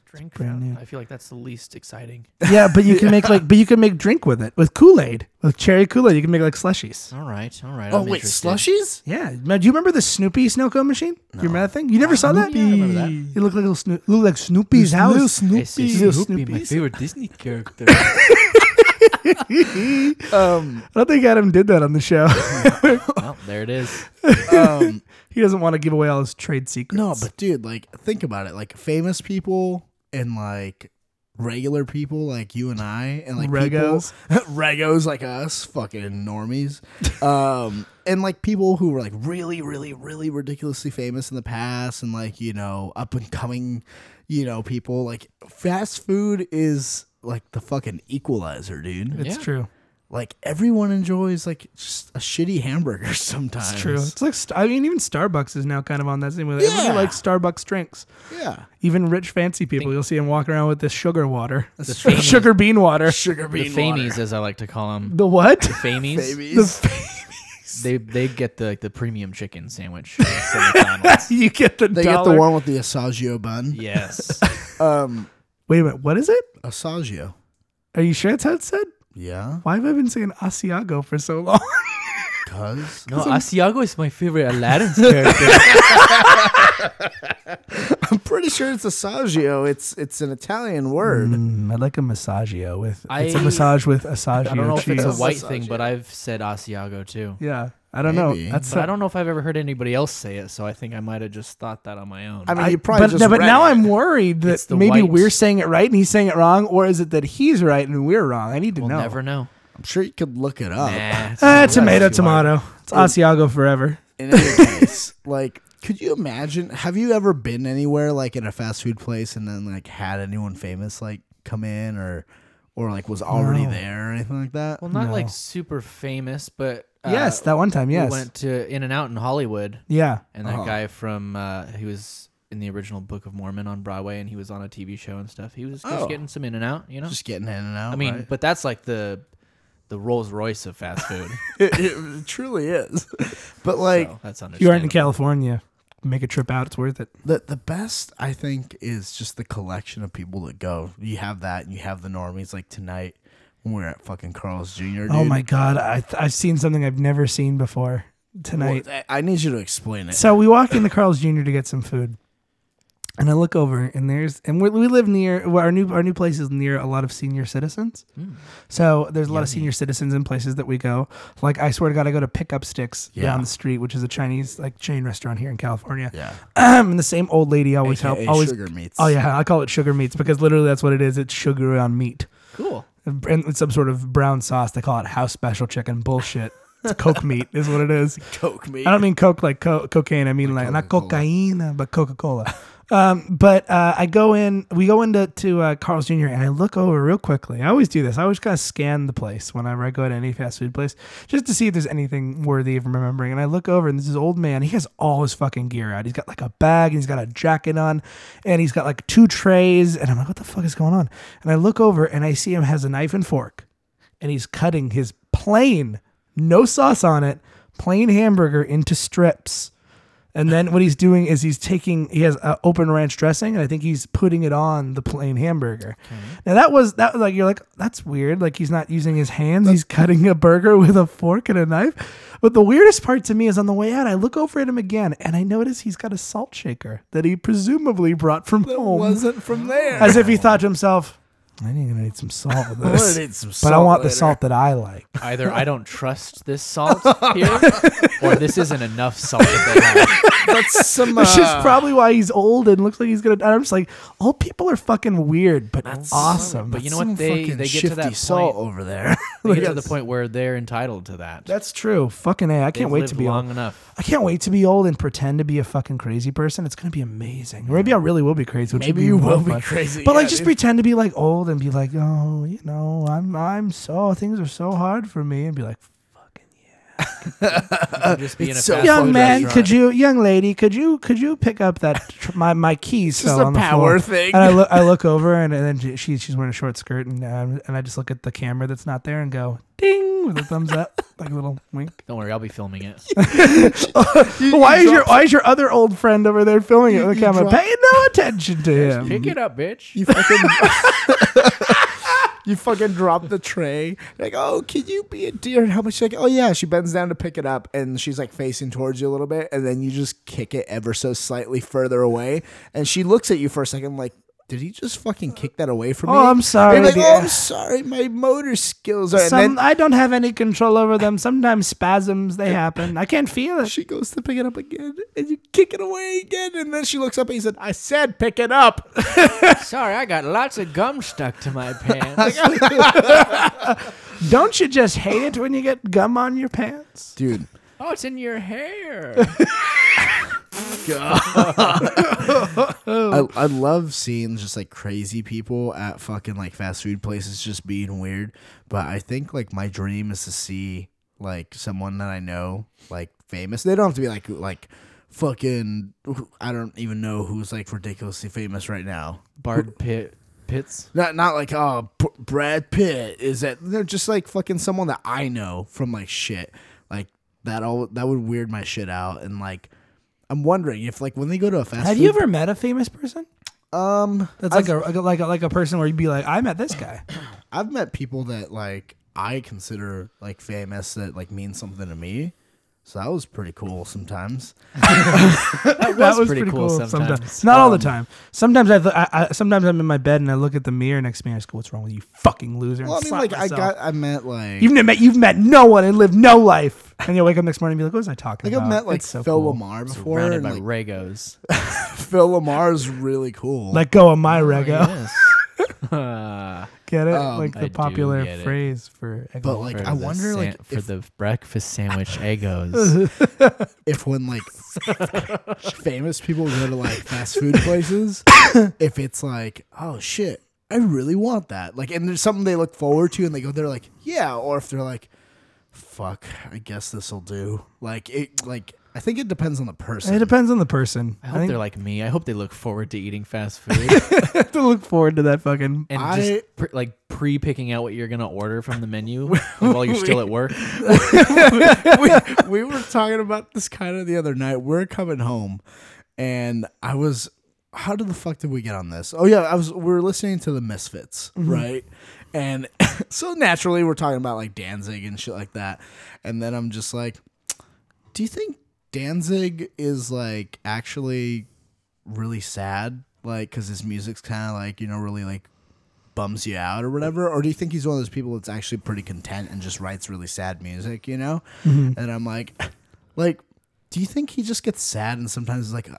Drink
brand
fountain.
new.
I feel like that's the least exciting.
Yeah, but you can make like, but you can make drink with it with Kool Aid with cherry Kool Aid. You can make like slushies.
All right, all right.
Oh
I'm
wait,
interested.
slushies?
Yeah, Man, do you remember the Snoopy snow cone machine? You remember that thing? You never saw that?
Yeah, I remember that.
It looked like little Snoop, looked like Snoopy's house.
I see
Little
Snoopy, my
Snoopy's.
favorite Disney character.
I don't think Adam did that on the show.
well, there it is.
Um,
he doesn't want to give away all his trade secrets.
no, but dude, like think about it. Like famous people and like regular people like you and I and like
Regos.
people, regos like us, fucking normies. Um and like people who were like really really really ridiculously famous in the past and like, you know, up and coming, you know, people like fast food is like the fucking equalizer, dude.
it's
Yeah.
true.
like everyone enjoys like just a shitty hamburger sometimes.
It's true. It's like st- I mean, even Starbucks is now kind of on that same way.
Yeah.
Everybody likes Starbucks drinks.
Yeah.
Even rich fancy people, you'll see them walking around with this sugar water,
That's
Sugar-
true.
sugar bean water.
Sugar
The
bean water.
Famies, as I like to call them.
The what?
Famies.
The
Babies.
f-
They they get the like, the premium chicken sandwich. from McDonald's.
you get the
They get
dollar.
the one with the assaggio bun.
yes.
Um,
Wait a minute. What is it?
assaggio.
Are you sure that's how it's said?
Yeah,
Why have I been saying Asiago for so long?
cuz
No, Asiago is my favorite Aladdin's character.
I'm pretty sure it's assaggio. It's it's an Italian word.
Mm, I like a massagio with. it's a
I-
massage with Asagio
I don't know if
cheese.
it's a
Jesus.
white thing, but I've said Asiago too.
yeah, I don't
Maybe.
know. That's
But I don't know if I've ever heard anybody else say it, so I think I might have just thought that on my own.
I mean,
I-
you probably
but,
just.
no, but
read
now
it.
I'm worried
It's
that
the
maybe
white.
we're saying it right and he's saying it wrong, or is it that he's right and we're wrong? I need to
we'll
know.
never know. Oh. Uh,
I'm sure you could look it up.
Nah, it's
Ah,
not
tomato,
that too hard.
tomato. It's Asiago forever.
In any case, like, could you imagine? Have you ever been anywhere like in a fast food place and then like had anyone famous like come in or, or like was already
No.
there or anything like that?
Well, not
No.
like super famous, but uh,
yes, that one time. Yes. Uh-huh.
we went to In and Out in Hollywood,
yeah.
and that
Oh.
guy from uh, he was in the original Book of Mormon on Broadway, and he was on a TV show and stuff. He was just
Oh.
getting some In and Out, you know.
Just getting in and out.
I mean,
right?
but that's like the the Rolls Royce of fast food.
it, it truly is. But like,
so that's
If you aren't in
understandable.
California, make a trip out. It's worth it.
The the best I think is just the collection of people that go. You have that, and you have the normies. Like tonight when we were at fucking Carl's Jr. Dude.
Oh my God. I, I've seen something I've never seen before tonight.
Well, I I need you to explain it.
So we walk into Carl's Jr. to get some food, and I look over, and there's and we we live near well, our new our new place is near a lot of senior citizens.
Hmm.
So there's a lot of senior citizens in places that we go. Like I swear to God, I go to Pick Up Sticks
Yeah.
down the street, which is a Chinese like chain restaurant here in California.
Yeah,
and the same old lady always
AKA
help always.
sugar meats.
Oh yeah, I call it sugar meats because literally that's what it is. It's sugar on meat
cool.
and it's some sort of brown sauce. They call it house special chicken bullshit. It's Coke meat is what it is.
coke meat.
I don't mean coke like co- cocaine. I mean like, not
Coca-Cola.
cocaine, but Coca Cola. um, but uh, I go in, we go into to uh, Carl's Jr. and I look over real quickly. I always do this. I always kind of scan the place whenever I go to any fast food place just to see if there's anything worthy of remembering. And I look over and this is old man. He has all his fucking gear out. He's got like a bag and he's got a jacket on and he's got like two trays. And I'm like, what the fuck is going on? And I look over and I see him has a knife and fork and he's cutting his plain, no sauce on it, plain hamburger into strips. And then what he's doing is he's taking he has uh, open ranch dressing and I think he's putting it on the plain hamburger. Now that was that was like you're like that's weird like he's not using his hands he's cutting a burger with a fork and a knife. But the weirdest part to me is on the way out I look over at him again and I notice he's got a salt shaker that he presumably brought from home
wasn't from there.
as if he thought to himself I think I'm gonna need some salt with
I'm gonna
this.
need some
but I
salt
want the
later."
salt that I like.
Either I don't trust this salt here, or this isn't enough salt that they have.
That's some. Uh,
Which is probably why he's old and looks like he's gonna. And I'm just like, old people are fucking weird, but awesome.
But you know
some
what? They
fucking
they get to
shifty
that
soul
point.
over there.
They get to the point where they're entitled to that.
That's true. Fucking a. I
They've
can't wait
lived
to be
long
old.
enough.
I can't wait to be old and pretend to be a fucking crazy person. It's gonna be amazing. Or maybe I really will be crazy. Which
Maybe
would be
you
more
will be
fun.
crazy,
But like,
yeah,
just
dude.
pretend to be like old and be like, oh, you know, I'm I'm so things are so hard for me, and be like,
You
Uh,
can just be in a
It's so
fast
young
food
man,
restaurant.
could you, young lady, could you, could you pick up that tr- my my keys
Just
fell
a
on the floor.
power thing.
And I look, I look over, and, and then she- she she's wearing a short skirt, and um, and I just look at the camera that's not there, and go ding with a thumbs up, like a little wink.
Don't worry, I'll be filming it.
why is your why is your other old friend over there filming it with the
you
camera,
dropped-
paying no attention to him?
Pick it up, bitch.
You fucking. you fucking drop the tray. Like, oh, can you be a deer? And how much? Like, oh yeah. She bends down to pick it up, and she's like facing towards you a little bit, and then you just kick it ever so slightly further away, and she looks at you for a second, like. Did he just fucking kick that away from
Oh,
me?
I'm sorry,
And you're like,
dear.
oh, I'm sorry. My motor skills are.
Some,
and then
I don't have any control over them. Sometimes spasms they happen. I can't feel it.
she goes to pick it up again, and you kick it away again. And then she looks up and he said, "I said pick it up."
Sorry, I got lots of gum stuck to my pants.
Don't you just hate it when you get gum on your pants?
Dude,
oh, it's in your hair.
I, I love seeing just like crazy people at fucking like fast food places just being weird. But I think like my dream is to see like someone that I know like famous. They don't have to be like like fucking I don't even know who's like ridiculously famous right now.
Bard Pitt Pitts.
Not not like oh P- Brad Pitt is that they're just like fucking someone that I know from like shit like that all that would weird my shit out and like I'm wondering if like when they go to a fast
Have
food
you ever met a famous person?
um
That's like a, like a like a like a person where you'd be like, I met this guy.
I've met people that like I consider like famous that like mean something to me. So that was pretty cool sometimes.
That
That was pretty, cool. sometimes. not all
Um,
the time. Sometimes I, th- I, I sometimes I'm in my bed and I look at the mirror next to me and I just go, "What's wrong with you, fucking loser?" and
Well, I mean,
slap
like I
myself.
got, I met like,
you've met you've met no one and lived no life, and you wake up next morning and be like, "What was I talking
like
about?"
I've met like
It's so
Phil
cool.
Lamar before,
Surrounded
and,
by
like
Regos.
Phil Lamar's really cool.
Let go of
Oh,
my rego.
Uh,
Get it?
Um,
like the
I do
popular
get it.
phrase for. egg
but
roll.
like
for
I
the
wonder
sa-
like
for
if,
the breakfast sandwich Egos.
if when like famous people go to like fast food places, if it's like oh shit, I really want that. Like, and there's something they look forward to, and they go there like yeah, or if they're like fuck, I guess this will do. Like it, like I think it depends on the person.
it depends on the person.
I
I,
hope
think
they're like me. I hope they look forward to eating fast food
I have to look forward to that fucking.
and
I-
just pre- like pre-picking out what you're gonna order from the menu while you're still at work.
we, we were talking about this kind of the other night. We're coming home, and I was, how did the fuck did we get on this? Oh yeah, I was. We were listening to the Misfits, right? And so naturally, we're talking about like Danzig and shit like that. And then I'm just like, do you think Danzig is like actually really sad? Like, because his music's kind of like you know really like bums you out or whatever? Or do you think he's one of those people that's actually pretty content and just writes really sad music, you know? And I'm like, like, do you think he just gets sad and sometimes is like, "Uh,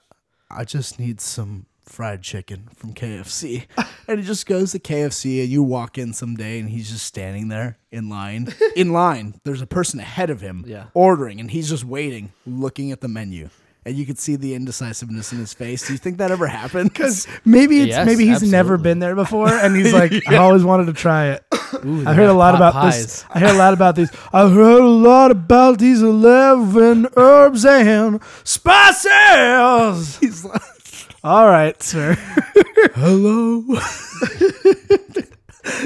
I just need some fried chicken from KFC? and he just goes to KFC and you walk in someday and he's just standing there in line. in line, there's a person ahead of him
Yeah.
ordering and he's just waiting, looking at the menu. And you could see the indecisiveness in his face. Do you think that ever happened? Because
Maybe it's
Yes,
maybe he's never
absolutely.
been there before, and he's like, I always wanted to try it.
Ooh,
I
they
heard a
have
lot
pot
about this. I heard a lot about these. I heard a lot about these eleven herbs and spices.
he's like,
All right, sir.
hello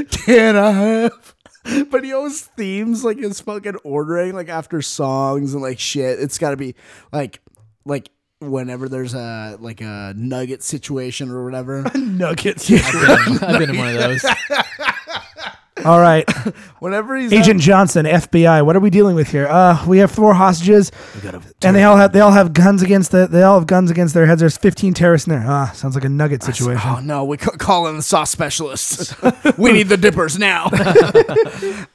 can i have but he always themes like his fucking ordering like after songs and like shit it's gotta be like like whenever there's a like a nugget situation or whatever
Nuggets.
I've been in one of those.
All right,
whenever he's
Agent Johnson, FBI. What are we dealing with here? Uh, we have four hostages, and they all have they all have guns against the they all have guns against their heads. There's 15 terrorists in there. Ah, sounds like a nugget situation.
Oh no, we ca- call in the sauce specialists. we need the dippers now.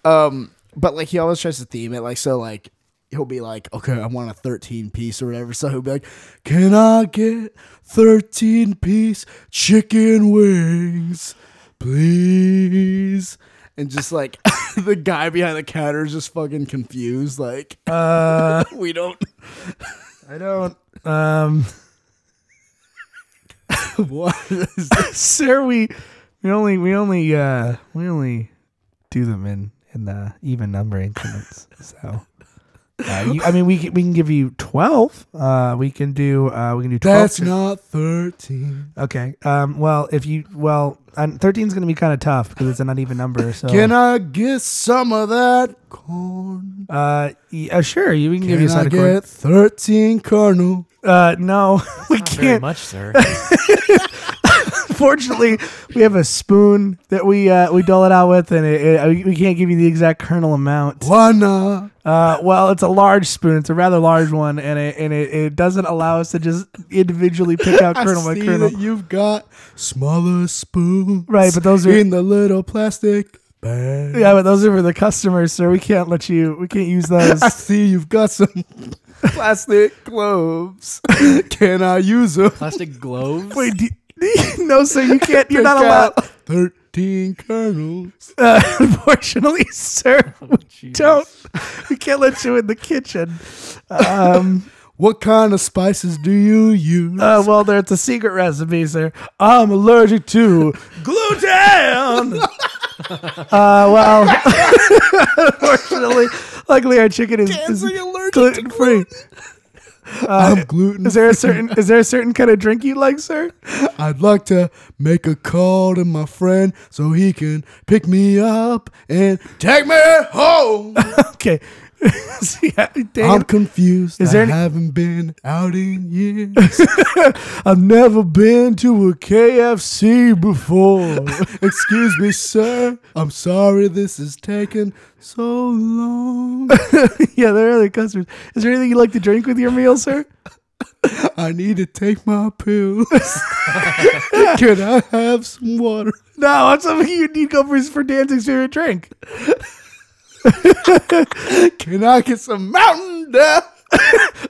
um, but like he always tries to theme it like so like he'll be like, okay, I want a 13 piece or whatever. So he'll be like, can I get 13 piece chicken wings, please? And just like the guy behind the counter is just fucking confused. Like,
Uh,
we don't.
I don't. Um,
What?
sir, we we only we only uh we only do them in in the even number increments. So. Uh, you, I mean, we can, we can give you twelve. Uh, we can do uh, we can do twelve.
That's not 13.
okay. Um, well, if you well, thirteen is going to be kind of tough because it's an uneven number. So
Can I get some of that corn?
Uh, y- uh, sure. You we can, give you a
Can I
side of corn.
get 13 kernel?
Uh, no, we
Very
can't.
much, sir.
Fortunately, we have a spoon that we uh we dole it out with, and it, it, we can't give you the exact kernel amount.
Why not?
Uh, well, it's a large spoon. It's a rather large one, and it and it, it doesn't allow us to just individually pick out kernel by
I see
kernel.
that you've got smaller spoons.
Right, but those are-
in the little plastic bag.
Yeah, but those are for the customers, sir. We can't let you. We can't use those.
I see you've got some plastic gloves. Can I use them?
Plastic gloves.
Wait, do, no, sir. You can't. You're
Pick
not allowed.
out Thirteen kernels.
Uh, unfortunately, sir,
Oh,
we
Jeez.
don't. We can't let you in the kitchen. Um.
What kind of spices do you use?
Uh, well, there it's a secret recipe, sir. I'm allergic to gluten. uh, well, unfortunately, luckily our chicken is, is gluten free.
I'm gluten.
Is there a certain is there a certain kind of drink you like, sir?
I'd like to make a call to my friend so he can pick me up and take me home.
Okay. See, I- dang
I'm
it.
confused.
Is
Is
there
there I
any-
haven't been out in years.
I've never been to a KFC before.
Excuse me, sir. I'm sorry this is taking so long.
yeah, they're really customers. Is there anything you like to drink with your meal, sir?
I need to take my pills. Can I have some water?
No, I'm something you need go for, for Dan's favorite drink.
Can I get some Mountain Dew?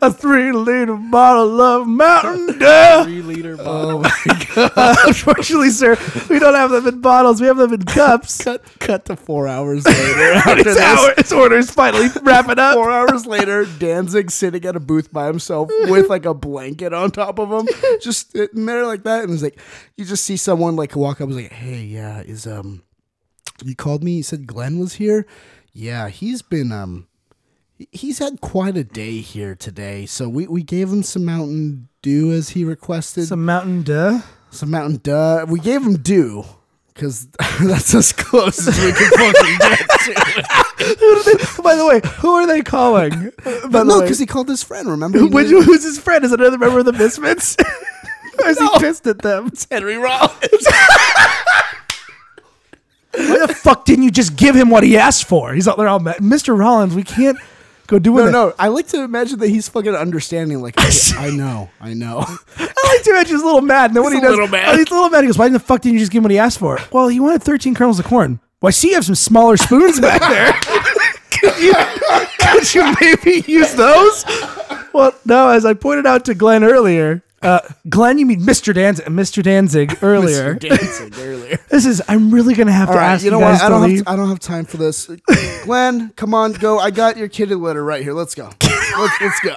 A three liter bottle of Mountain Dew.
Three liter bottle.
Uh, unfortunately, sir, we don't have them in bottles. We have them in cups.
Cut, cut to four hours later. After
It's our it's orders finally wrapping up.
Four hours later, Danzig sitting at a booth by himself with like a blanket on top of him, just sitting there like that. And it's like, you just see someone like walk up and is like, hey, yeah, is, um, you called me, you said Glenn was here? Yeah, he's been, um, he's had quite a day here today. So we, we gave him some Mountain Dew as he requested. Some,
Some Mountain Dew.
Mountain Dew. We gave him Dew. Cause that's as close as we could fucking get to.
By the way, who are they calling? By
But
the
no,
way,
because he called his friend. Remember,
Who- would you- who's his friend? Is it another member of the Misfits? or is he pissed at them? It's Henry Rollins. Why the fuck didn't you just give him what he asked for? He's all they're all mad. Mr. Rollins. We can't go do
No,
it.
no. I like to imagine that he's fucking understanding. Like, okay, I know, I know.
I like to imagine he's a little mad. And then when he
He's a
does,
little mad.
Oh, he's a little mad. He goes, "Why the fuck didn't you just give him what he asked for?" Well, he wanted 13 kernels of corn. Well, I see you have some smaller spoons back there. could, you, could you maybe use those? Well, no. As I pointed out to Glenn earlier, uh, Glenn, you mean Mr. Danzig, Mr. Danzig earlier.
Dancing earlier.
This is. I'm really gonna have
All
to
right,
ask
you know
guys
what? I
to
don't
leave.
have I don't have time for this. Glenn, come on, go. I got your kitty litter right here. Let's go. Let's, let's go.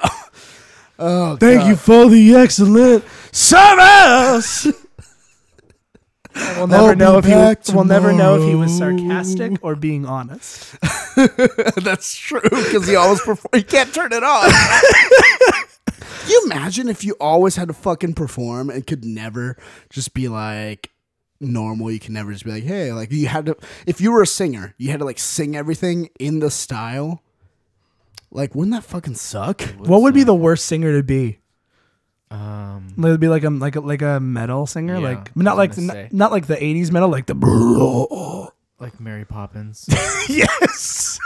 Oh,
Thank you for the excellent service. We'll never
I'll be
know if he. Was,
back
we'll never know if he was
tomorrow.
sarcastic or being honest.
That's true because he always perform. He can't turn it off. Can you imagine if you always had to fucking perform and could never just be like normal? You can never just be like, hey, like you had to. If you were a singer, you had to like sing everything in the style. Like, wouldn't that fucking suck?
What would be the worst singer to be?
Um,
It would be like a like a, like a metal singer,
Yeah,
like
I
not
was
like
gonna
not,
say.
not like the '80s metal, like the
like Mary Poppins.
yes.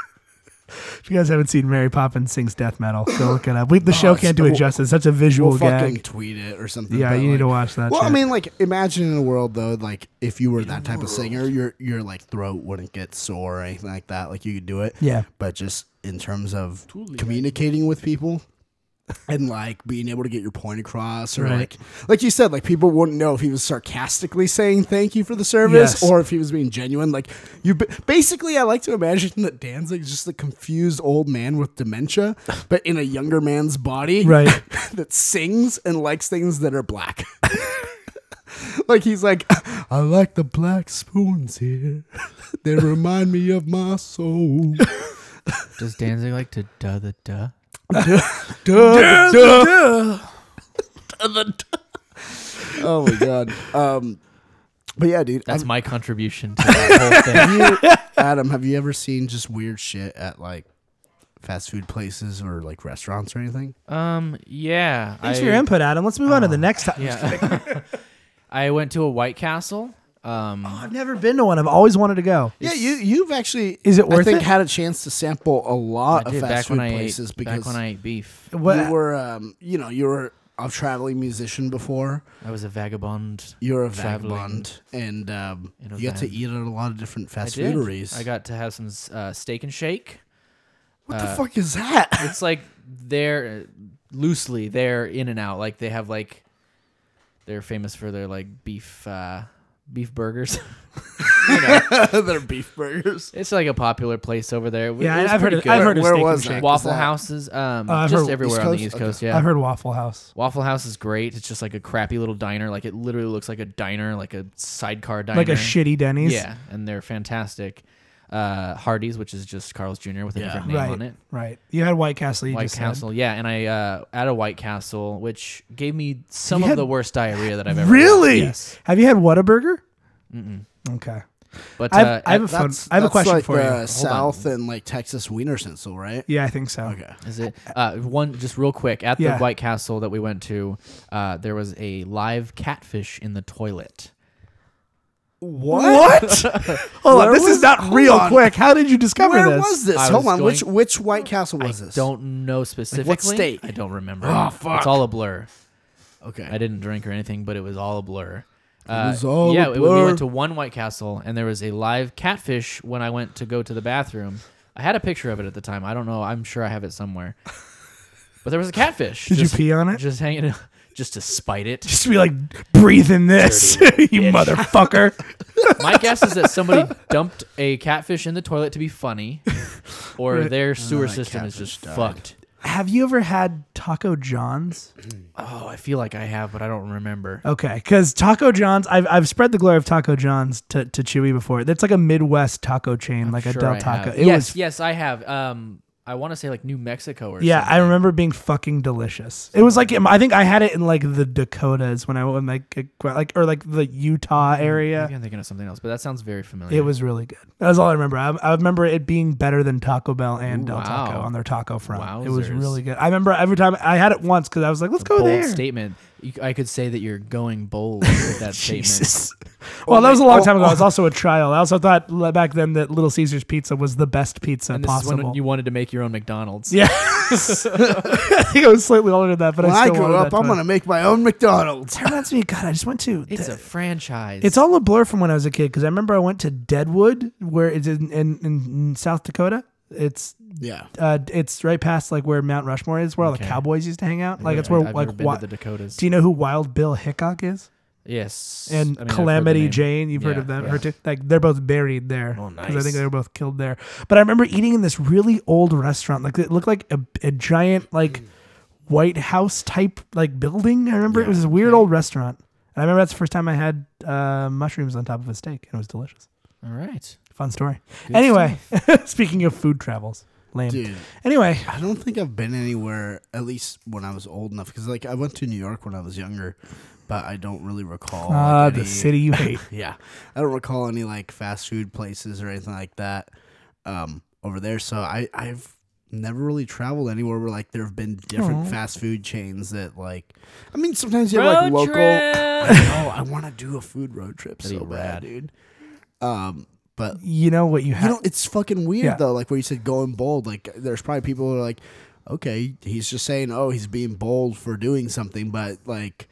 If you guys haven't seen Mary Poppins sings death metal, go look it up. We, the show can't do it justice. That's a visual
Oh, we'll fucking
gag.
tweet it or something.
Yeah,
but,
you need to
like-
watch that.
Well, I
shit.
mean, like, imagine in a world though, like if you were that type of singer, your your like throat wouldn't get sore or anything like that. Like you could do it.
Yeah.
But just in terms of communicating with people and like being able to get your point across, or
Right.
like like you said, like people wouldn't know if he was sarcastically saying thank you for the service
Yes.
or if he was being genuine. Like you, ba- basically, I like to imagine that Danzig is just a confused old man with dementia, but in a younger man's body
Right.
that sings and likes things that are black. like he's like, I like the black spoons here. They remind me of my soul.
Does Danzig like to duh the duh?
Duh, duh. Duh, the duh. oh my god. Um, but yeah, dude.
That's
I'm-
my contribution to that whole thing.
you, Adam, have you ever seen just weird shit at like fast food places or like restaurants or anything?
Um, yeah.
Thanks
I,
for your input, Adam. Let's move on
Oh,
to the next time.
Yeah. I went to a White Castle. Um,
I've never been to one. I've always wanted to go.
Yeah, you you've actually
Is it
I
worth
think
it?
had a chance to sample a lot
I
of
did
fast
back
food
when I ate
places because
back when I ate beef.
What?
you were um, you know, you were a traveling musician before.
I was a vagabond.
You're a
Traveling.
vagabond, and um,
In a
you got to
van.
eat at a lot of different
I
fast
did.
fooderies.
I got to have some uh, steak and shake.
what the
uh,
fuck is that?
It's like they're uh, loosely they're in and out. Like they have like they're famous for their like beef uh, beef burgers.
They're beef burgers.
it's like a popular place over there. It
Yeah,
was
I've heard.
pretty
Of, I've
good.
heard of
Where
Steak and
was that?
Shake.
Waffle
that-
Houses, um,
Uh, I've
just
heard
everywhere
East
on the
Coast?
East
Okay.
Coast. Yeah,
I've heard Waffle House.
Waffle House is great. It's just like a crappy little diner. Like it literally looks like a diner, like a sidecar diner,
Like a shitty Denny's.
Yeah, and they're fantastic. Uh, Hardee's, which is just Carl's Jr. with a different name
Right.
on it.
Right. You had White Castle. You
White
just
Castle, yeah, and I uh, at a White Castle, which gave me some
You
of
had-
the worst diarrhea that I've
Had.
ever. had.
Really?
Yes,
Have you had Whataburger? Mm-mm. Okay.
but
I've-
uh,
I have a
at-
fun- I have a question
like
for
the
you. Hold
South and like Texas Wiener Schnitzel, right?
Yeah, I think so.
Okay.
Is it uh, one just real quick at
Yeah.
the White Castle that we went to? Uh, there was a live catfish in the toilet.
What? Hold on.
Where
This
was-
is not
hold
real
on.
quick. How did you discover
Where
this?
was this?
I
Hold
was
on. which
going-
which White Castle was
I
this?
don't know specifically.
state?
I don't remember.
Oh, fuck.
It's all a blur.
Okay.
I didn't drink or anything, but it was all a blur. Uh,
was all a
yeah, we- we
blur.
went to one White Castle, and there was a live catfish when I went to go to the bathroom. I had a picture of it at the time. I don't know. I'm sure I have it somewhere. But there was a catfish.
Did you pee on it?
Just hanging, just to spite it.
Just be like, breathe in this, you motherfucker.
My guess is that somebody dumped a catfish in the toilet to be funny, or their sewer system is just fucked.
Have you ever had Taco John's?
Oh, I feel like I have, but I don't remember.
Okay, because Taco John's, I've, I've spread the glory of Taco John's to, to Chewy before. That's like a Midwest taco chain, like a
Sure I
Del
have.
Taco. It
Yes,
was,
yes, I have. Um, I want to say like New Mexico or
yeah,
something.
I remember being fucking delicious. It was like I think I had it in like the Dakotas when I went like like or like the
Mm,
Utah area.
Maybe I'm thinking of something else, but that sounds very familiar.
It was really good. That's all I remember. I, I remember it being better than Taco Bell and Del
Wow.
Taco on their taco front. It was
Wowzers.
really good. I remember every time I had it once because I was like, let's go
bold
there.
statement. You, I could say that you're going bold with that statement.
Jesus. Well, that was a
Oh,
long time ago. It was also a trial. I also thought le- back then that Little Caesar's pizza was the best pizza
And this is
possible.
when you wanted to make your own McDonald's.
yeah, I think I was slightly older than that, but
When
I
I
still
grew
wanted
up,
that
I'm
time.
gonna make my own McDonald's.
That reminds me. God, I just went to.
It's a franchise.
It's all a blur from when I was a kid because I remember I went to Deadwood, where it's in, in, in South Dakota. It's
Yeah.
uh, it's right past like where Mount Rushmore is, where all the
Okay.
cowboys used to hang out. Like it's
I-
where
I've
like
never been
Wi-
to the Dakotas.
do you know who Wild Bill Hickok is?
yes, I
And
mean, I've heard the
Calamity
name.
Jane, you've heard
Yeah,
of them?
yeah.
Her too. Like they're both buried there.
Oh,
'cause I
nice.
think they were both killed there. But I remember eating in this really old restaurant. Like it looked like a, a giant like
Mm.
White House type like building. I remember it was a weird old restaurant. And I remember that's the first time I had uh, mushrooms on top of a steak, and it was delicious.
All right.
Fun story. anyway, speaking of food travels, lame.
Dude.
Anyway,
I don't think I've been anywhere, at least when I was old enough, because like I went to New York when I was younger, but I don't really
oh,
recall. like,
ah, the
any-
city you hate.
Yeah, I don't recall any like fast food places or anything like that um, over there. So I I've never really traveled anywhere where like there have been different fast food chains that like. I mean, sometimes you have like
Road
local.
trip!
oh, I want to do a food road trip
That'd
so
be
bad,
rad.
dude. Um,
But
You know what you have.
You know, it's fucking weird
Yeah.
though. Like where you said going bold. Like there's probably people who are like, okay, he's just saying, oh, he's being bold for doing something, but like.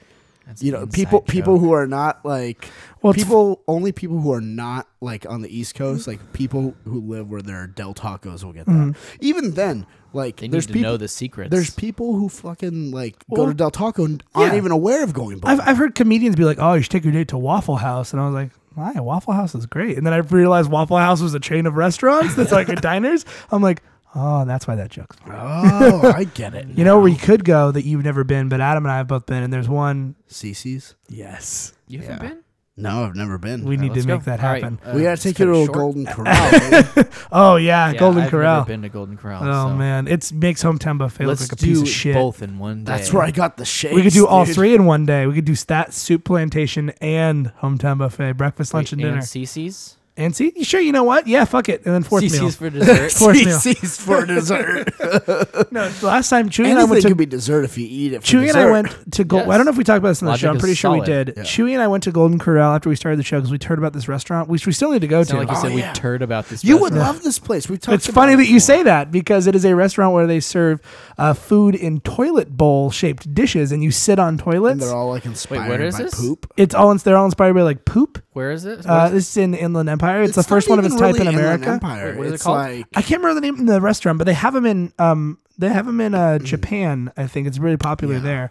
That's
you
an
know,
inside
people people
joke.
who are not like
Well, it's-
people only people who are not like on the East Coast, like people who live where there are Del Tacos will get that. Even then, like
Mm-hmm. They need
there's
to
people
know the secrets.
there's people who fucking like go
Well,
to Del Taco and aren't
yeah.
even aware of going bold.
I've, I've heard comedians be like, "Oh, you should take your date to Waffle House," and I was like, "Why? Waffle House is great." And then I realized Waffle House was a chain of restaurants that's like diners. I'm like, "Oh, that's why that joke's." funny."
oh, I get it.
You know where you could go that you've never been, but Adam and I have both been, and there's one.
CC's?
Yes,
you haven't been. Uh,
No, I've never been.
we
We,
need
Let's
to
go.
make that
All right,
happen.
uh,
gotta
let's
take
cut
you
it
to a
short.
Golden Corral. dude.
Oh yeah,
Yeah,
Golden
I've
Corral.
Never been to Golden Corral.
Oh
so
man, it makes hometown buffet
let's
look like a
do
piece of shit.
both in one day.
That's where I got the shakes.
We could do all
dude.
three in one day. We could do that soup plantation and hometown buffet, breakfast, lunch,
Wait,
and dinner.
and CC's.
and see, sure, you know what? Yeah, fuck it. And then fourth
CC's
meal.
for dessert.
Fourth meal.
CC's for dessert.
No, the last time Chewy and I
Anything
went to
could be dessert if you eat it. For
Chewy and I
dessert.
went to Gold. I
Yes.
don't know if we talked about this on the
Logic
show. I'm
is
pretty sure we
solid.
did. Chewy and I went to Golden Corral after we started the show because we'd heard about this restaurant, which we still need to go
It's
to.
not like you
Oh,
said we
yeah.
turd about this.
You would
restaurant.
love this place. We talked.
it's funny
about it
that you
before.
say that because it is a restaurant where they serve uh, food in toilet bowl shaped dishes, and you sit on
And
toilets.
they're all like inspired
what is
by
this?
poop.
it's all they're all inspired by like poop.
Where is it? Where
Uh,
is it?
this is in Inland Empire. It's, the
not
first one of
even
its type in
really Inland
America.
Empire.
Wait, what is it
it's
called?
like
I can't remember the name of the restaurant, but they have them in um they have them in
Hmm.
uh Japan. I think it's really popular there.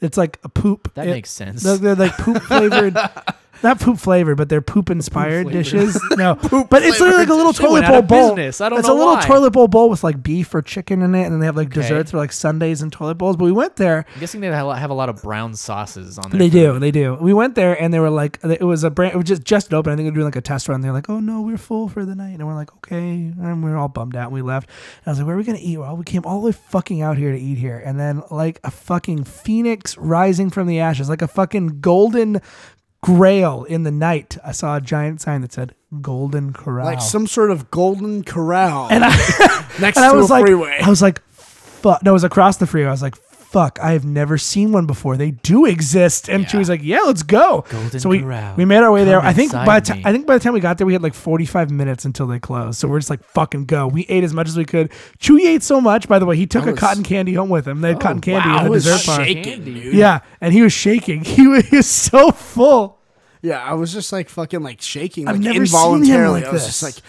It's like a poop.
Hmm. That
it-
makes sense.
They're, they're like poop flavored. Not poop flavored, but they're poop inspired
flavored.
dishes. No, but it's literally like a little
They
toilet
went
bowl
out of
bowl.
business. I don't
it's
know
a little
why.
toilet bowl bowl with like beef or chicken in it, and then they have like desserts or like sundays and toilet bowls. But we went there,
I'm guessing they have a lot- have a lot of brown sauces on there.
they do, they do. We went there and they were like, it was a brand, it was just just open. I think they were doing like a test run. They're like, oh no, we're full for the night, and we're like, okay, and we are all bummed out. and We left. And I was like, where are we gonna eat? Well, we came all the way fucking out here to eat here, and then like a fucking phoenix rising from the ashes, like a fucking golden grail in the night. I saw a giant sign that said Golden Corral,
like some sort of golden corral
and I
next
and
to
I was
a
like,
freeway.
I was like, fuck. No, it was across the freeway. I was like, fuck. I have never seen one before. They do exist. And she was like, yeah, let's go.
Golden
so we
Corral.
we made our way there.
Come
I think by
inside
the ti-
me.
I think by the time we got there, we had like 45 minutes until they closed. So we're just like, fucking go. We ate as much as we could. Chewy ate so much. By the way, he took
I
a
was- Oh,
cotton candy home with him. They had cotton candy
wow,
in
I
the
was
dessert bar.
shaking, dude. Yeah.
Yeah, and he was shaking. He was, he was so full.
I was just like fucking like shaking,
I've
like
never seen him
involuntarily.
like
I was
this.
just like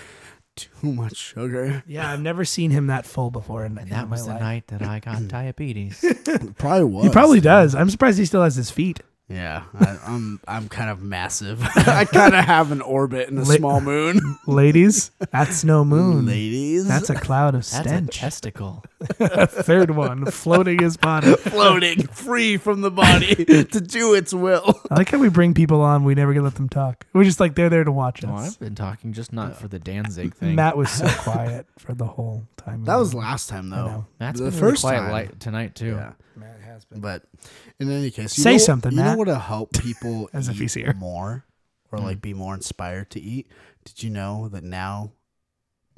too much sugar.
Yeah, I've never seen him that full before. In,
And that was the night that I got diabetes.
It probably was.
He probably does. I'm surprised he still has his feet.
Yeah, I, I'm I'm kind of massive. I kind of have an orbit and a
Lit-
small moon.
Ladies, that's no moon.
Ladies,
That's a cloud of
That's a
stench.
testicle.
Third one, floating his body.
floating free from the body to do its will.
I like how we bring people on, we never get let them talk. We're just like they're there to watch
Well,
us.
I've been talking, just not for the Danzig thing.
Matt was so quiet for the whole time.
That was last time though.
know.
Matt's
the
been
first
really quiet
time.
li- tonight too.
Yeah. But in any case, you
Say
know-
something,
You know
Matt.
what'll help people
As Mm. if
eat
he's here.
more or like be more inspired to eat? Did you know that now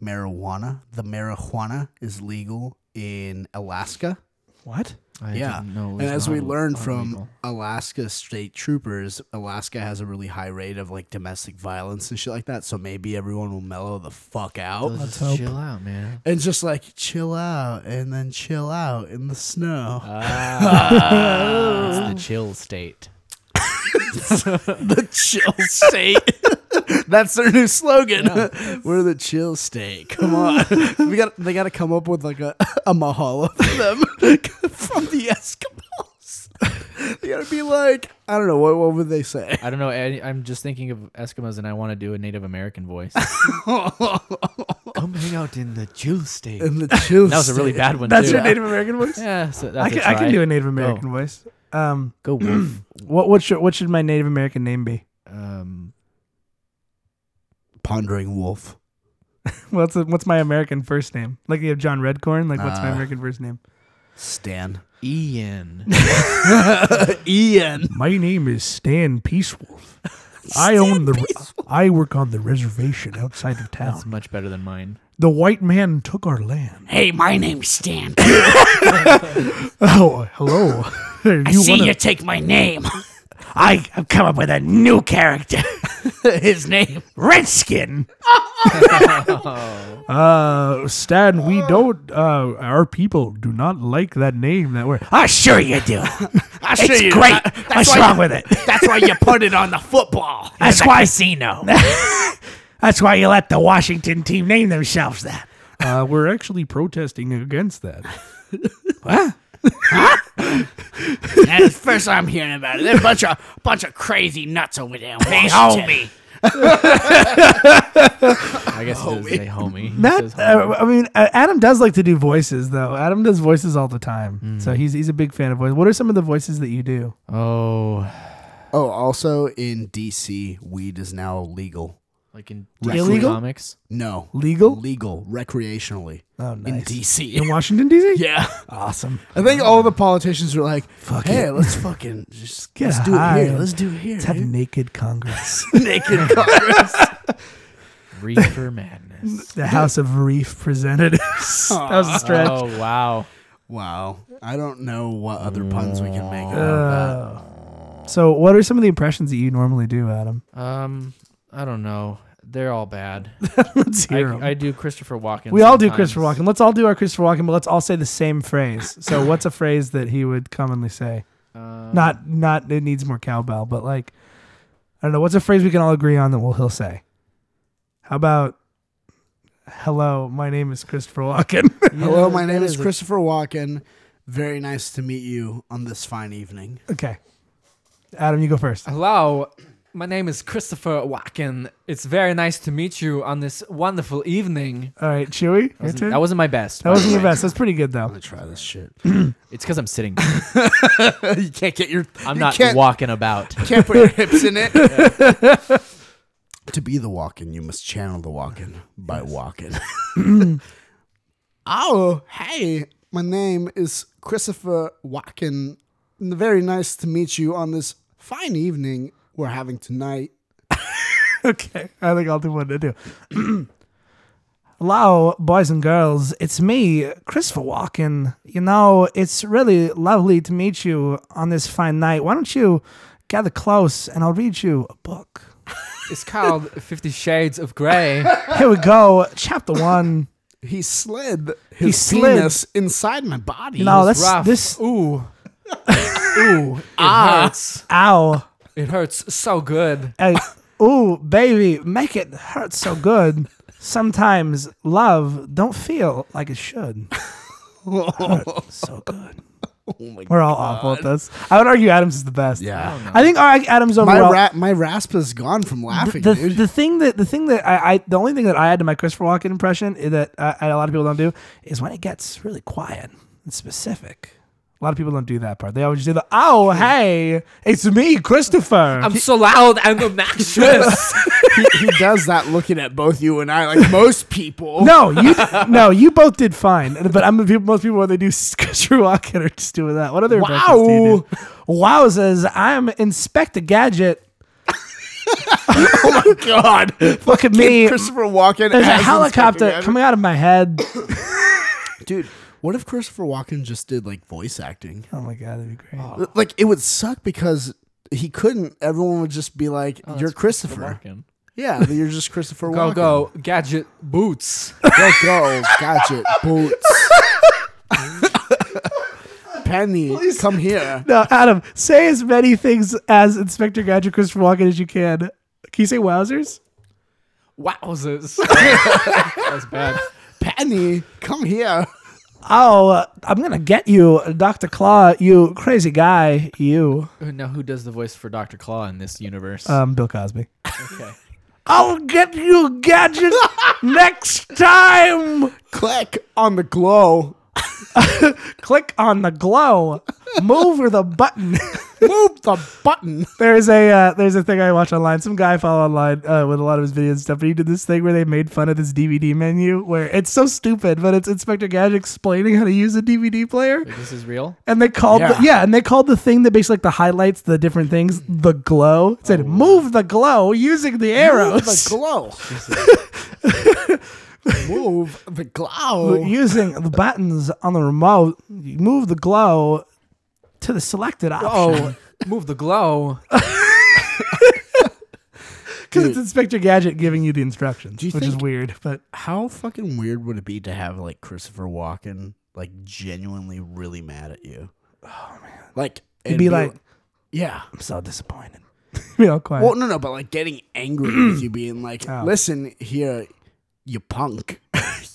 marijuana, the marijuana, is legal in Alaska?
what?
I
yeah.
didn't know it
And
was
as we
not-
learned
not
from
legal.
Alaska state troopers, Alaska has a really high rate of like domestic violence and shit like that. So maybe everyone will mellow the fuck out.
Let's
hope.
just chill out, man.
and just like chill out and then chill out in the snow.
it's the chill state.
the chill state. That's their new slogan. We're the chill state. Come on, we got. They got to come up with like a a mahalo for them from the Eskimos. they got to be like, I don't know what. What would they say?
I don't know. I, I'm just thinking of Eskimos, and I want to do a Native American voice. Come hang out in the chill state.
In the chill.
That was a really
state.
bad one.
That's
too.
your Native American voice?
Yeah, so that's
I
a
can, I
try.
can do a Native American
Go,
voice. Um,
go wolf.
what what should what should my Native American name be?
um,
pondering wolf.
What's what's my American first name? Like you have John Redcorn. Like what's my
Ah.
Uh,
American first name?
Stan.
Ian.
Ian.
My name is Stan Peacewolf. I own the I work on the reservation outside of
That's much better than mine.
The white man took our land.
Hey, my name's Stan.
Oh, hello.
I
you
see
wanna-
you take my name. I, I've come up with a new character.
his name.
Redskin. uh, Stan, we don't. Uh, our people do not like that name. That word. Ah, sure you do.
I
It's
see you.
great.
That-
What's
why
wrong
you-
with it?
That's why you put it on the football.
That's
in the
why-
casino.
That's why you let the Washington team name themselves that. Uh, we're actually protesting against that.
That is first I'm hearing about it. There's a bunch of bunch of crazy nuts over there. Hey, homie.
I guess it is a homie. He
Matt,
says
uh,
homie.
I mean, uh, Adam does like to do voices, though. Adam does voices all the time,
Mm.
so he's he's a big fan of voice. What are some of the voices that you do?
oh,
Oh, also in DC, weed is now legal.
like in
Illegal?
illegal comics.
No,
Legal?
legal recreationally
Oh,
in
nice.
DC.
In Washington D.C.
yeah,
awesome.
I think all the politicians were like, "Fuck hey, let's fucking just
Get
let's do
high
it here.
and
Let's do it here."
Let's have naked Congress,
dude." naked Congress.
Reefer Madness.
the House of Reef Representatives. that was a stretch.
Oh wow.
wow, I don't know what other puns we can make out of
Uh, so, what are some of the impressions that you normally do, Adam?
Um, I don't know. They're all bad.
Let's
I,
hear 'em.
I do Christopher Walken.
we all do
sometimes.
Christopher Walken. Let's all do our Christopher Walken, but let's all say the same phrase. So, what's a phrase that he would commonly say?
Um,
not not it needs more cowbell, but like I don't know what's a phrase we can all agree on that will he'll say. How about hello, my name is Christopher Walken.
that. Hello, my
that
name is
is a-
Christopher Walken. Very nice to meet you on this fine evening.
okay. Adam, you go first.
Hello, my name is Christopher Wacken. It's very nice to meet you on this wonderful evening.
All right, Chewy, your turn.
That wasn't my best.
That wasn't your best. That's pretty good though.
I'm gonna try this shit.
It's because I'm sitting.
you can't get your.
I'm
you
not
can't-
walking about.
Can't put your hips in it. to be the walking, you must channel the walking by walking. oh, hey, my name is Christopher Walken. and Very nice to meet you on this fine evening we're having tonight.
okay. I think I'll do one to do. Hello, boys and girls. It's me, Christopher Walken. You know, it's really lovely to meet you on this fine night. Why don't you gather close and I'll read you a book?
It's called Fifty Shades of Grey.
Here we go. Chapter one.
He slid his
slid.
penis inside my body.
No, that's
rough.
this.
Ooh. Ooh. It hurts.
Ow.
It hurts so good.
Hey, ooh, baby, make it hurt so good. Sometimes love don't feel like it should. Hurt so good. We're all awful at this. I would argue Adams is the best.
Oh yeah.
I think our Adams
My
overall.
ra- my rasp is gone from
the,
laughing,
the,
dude.
the thing that the thing that I, I the only thing that I had to my Christopher Walken impression i- that uh, I- a lot of people don't do is when it gets really quiet and specific. A lot of people don't do that part. They always do the oh hey it's me Christopher.
I'm so loud and obnoxious.
he, he does that looking at both you and I, like most people.
No, you no, you both did fine. And- But I'm the people, most people when they do Christopher Walken are just doing that. What other impressions do you do? Wowzers! I'm Inspector Gadget.
Oh my god.
Look at me.
Christopher Walken
There's a
as Inspector
helicopter
Gadget.
coming out of my head.
Dude, what if Christopher Walken just did like voice acting?
Oh my god, that'd be great.
Like it would suck because he couldn't. Everyone would just be like,
Oh,
"You're Christopher."
Walken.
Yeah, you're just Christopher
go
Walken.
go gadget boots.
go go, gadget boots. Penny, come here.
No, Adam, say as many things as Inspector Gadget Christopher Walken as you can. Can you say wowzers?
Wowzers.
That's bad.
Penny, come here.
Oh, uh, I'm gonna get you, Doctor Claw. You crazy guy. You,
Now, who does the voice for Doctor Claw in this universe?
um, Bill Cosby.
okay.
I'll get you, Gadget, next time.
Click on the glow.
click on the glow move the button
Move the button.
there's a uh, there's a thing i watch online some guy i follow online uh, with a lot of his videos and stuff and he did this thing where they made fun of this dvd menu where it's so stupid but it's inspector gadget explaining how to use a dvd player
Wait, this is real.
and they called yeah,
Yeah.
the, yeah and they called the thing that basically like the highlights the different things the glow it said move the glow using the
Move the
arrows
glow. Move the glow.
using the buttons on the remote you move the glow to the
Oh,
selected option
Oh, move the glow.
because it's Inspector Gadget giving you the instructions,
Do you
which is
think-
weird. But
How fucking weird would it be to have like Christopher Walken like genuinely really mad at you? Oh man. Like
it'd be like,
Yeah. I'm so disappointed.
you know, quiet.
Well, no, no, but like getting angry with you being like,
Oh.
listen here, you punk.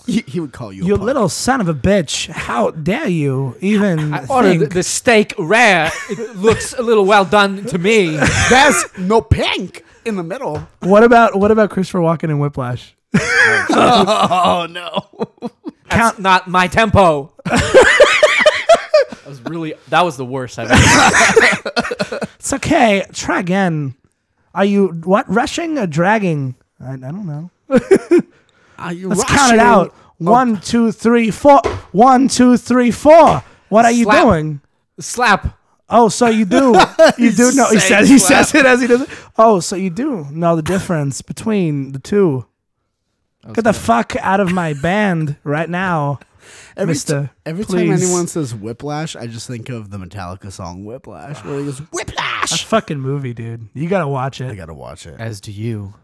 he, he would call you a
you
punk.
little son of a bitch! How dare you even
Ordered the,
think?
the steak rare. It looks a little well done to me.
There's no pink in the middle.
What about what about Christopher Walken and Whiplash?
oh no.
That's not my tempo.
That was really that was the worst I've ever.
It's okay. Try again. Are you what rushing or dragging? I, I don't know.
Are you Oh.
Let's count
rushing?
it out. One, two, three, four. One, two, three, four. What are you
Slap.
doing?
Slap.
Oh, so you do. You do know. He says he says it as he does it. Oh, so you do know the difference between the two. Get the fuck out of my band right now.
Every, t-
Mister,
every time
please.
anyone says whiplash, I just think of the Metallica song Whiplash, where he goes,
That
Whiplash!
fucking movie, dude. You gotta watch
I
it.
gotta watch it.
As do you,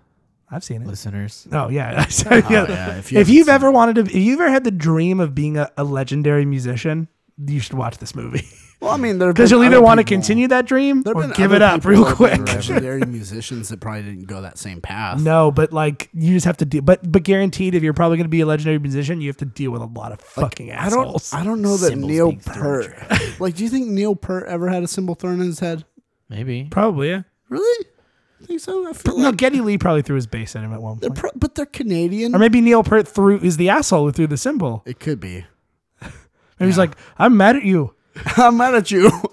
I've seen it.
listeners.
Oh yeah. Yeah.
yeah, if you
If
haven't
you've
seen
ever wanted to, if you've ever had the dream of being a, a legendary musician, you should watch this movie
Well, I mean, there have
because
been
you'll either
other
want to
people-
continue that dream
there have
or
been
give
other
it up
people
real
who have
quick.
been Legendary musicians that probably didn't go that same path.
No, but like you just have to deal. But but guaranteed, if you're probably going to be a legendary musician, you have to deal with a lot of fucking
I don't.
assholes.
I don't know that
Symbols
Neil
being thrown
Peart. like, do you think Neil Peart ever had a symbol thrown in his head?
Maybe
probably. Yeah.
Really? I think so. I feel
No,
like
Geddy Lee probably threw his bass at him at one
they're
point,
pro- but they're Canadian.
or maybe Neil Peart threw is the asshole who threw the symbol.
it could be.
Maybe he's like, "I'm mad at you.
I'm mad at you.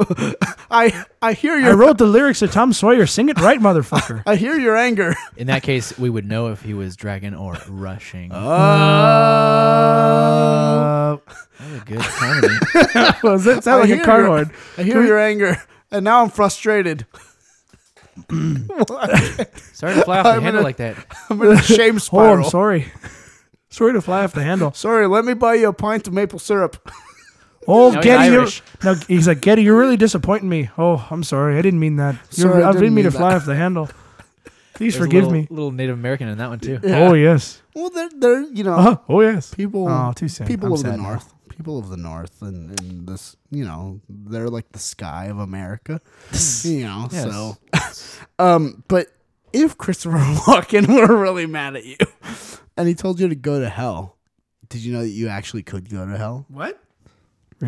I I hear
I
your
wrote the lyrics to Tom Sawyer. Sing it right, motherfucker."
I hear your anger.
in that case, we would know if he was dragon or rushing.
Uh,
That was a good comedy.
was that sound
I
like
hear
a
your-
car horn?
I hear your anger, and now I'm frustrated.
Sorry to fly off the
I'm
handle
gonna-
like that.
I'm in a shame
Oh,
spiral.
I'm sorry. sorry to fly off the handle.
Sorry, let me buy you a pint of maple syrup.
Oh,
Now he's
Getty, you're,
Irish.
no, he's like Getty. You're really disappointing me. Oh, I'm sorry. I didn't mean that. You're,
Sorry, I
I, didn't
didn't
mean to
mean
fly
that.
off the handle. Please
There's a
forgive
little,
me.
Little Native American in that one
Uh,
too.
Oh yes.
Well, they're they're you know
Uh, oh yes.
people.
Oh, too soon.
People
I'm
of the
sad now.
north. People of the north, and, and this you know they're like the sky of America. you know,
Yes.
so um, but if Christopher Walken were really mad at you, and he told you to go to hell, did you know that you actually could go to hell?
What?
Did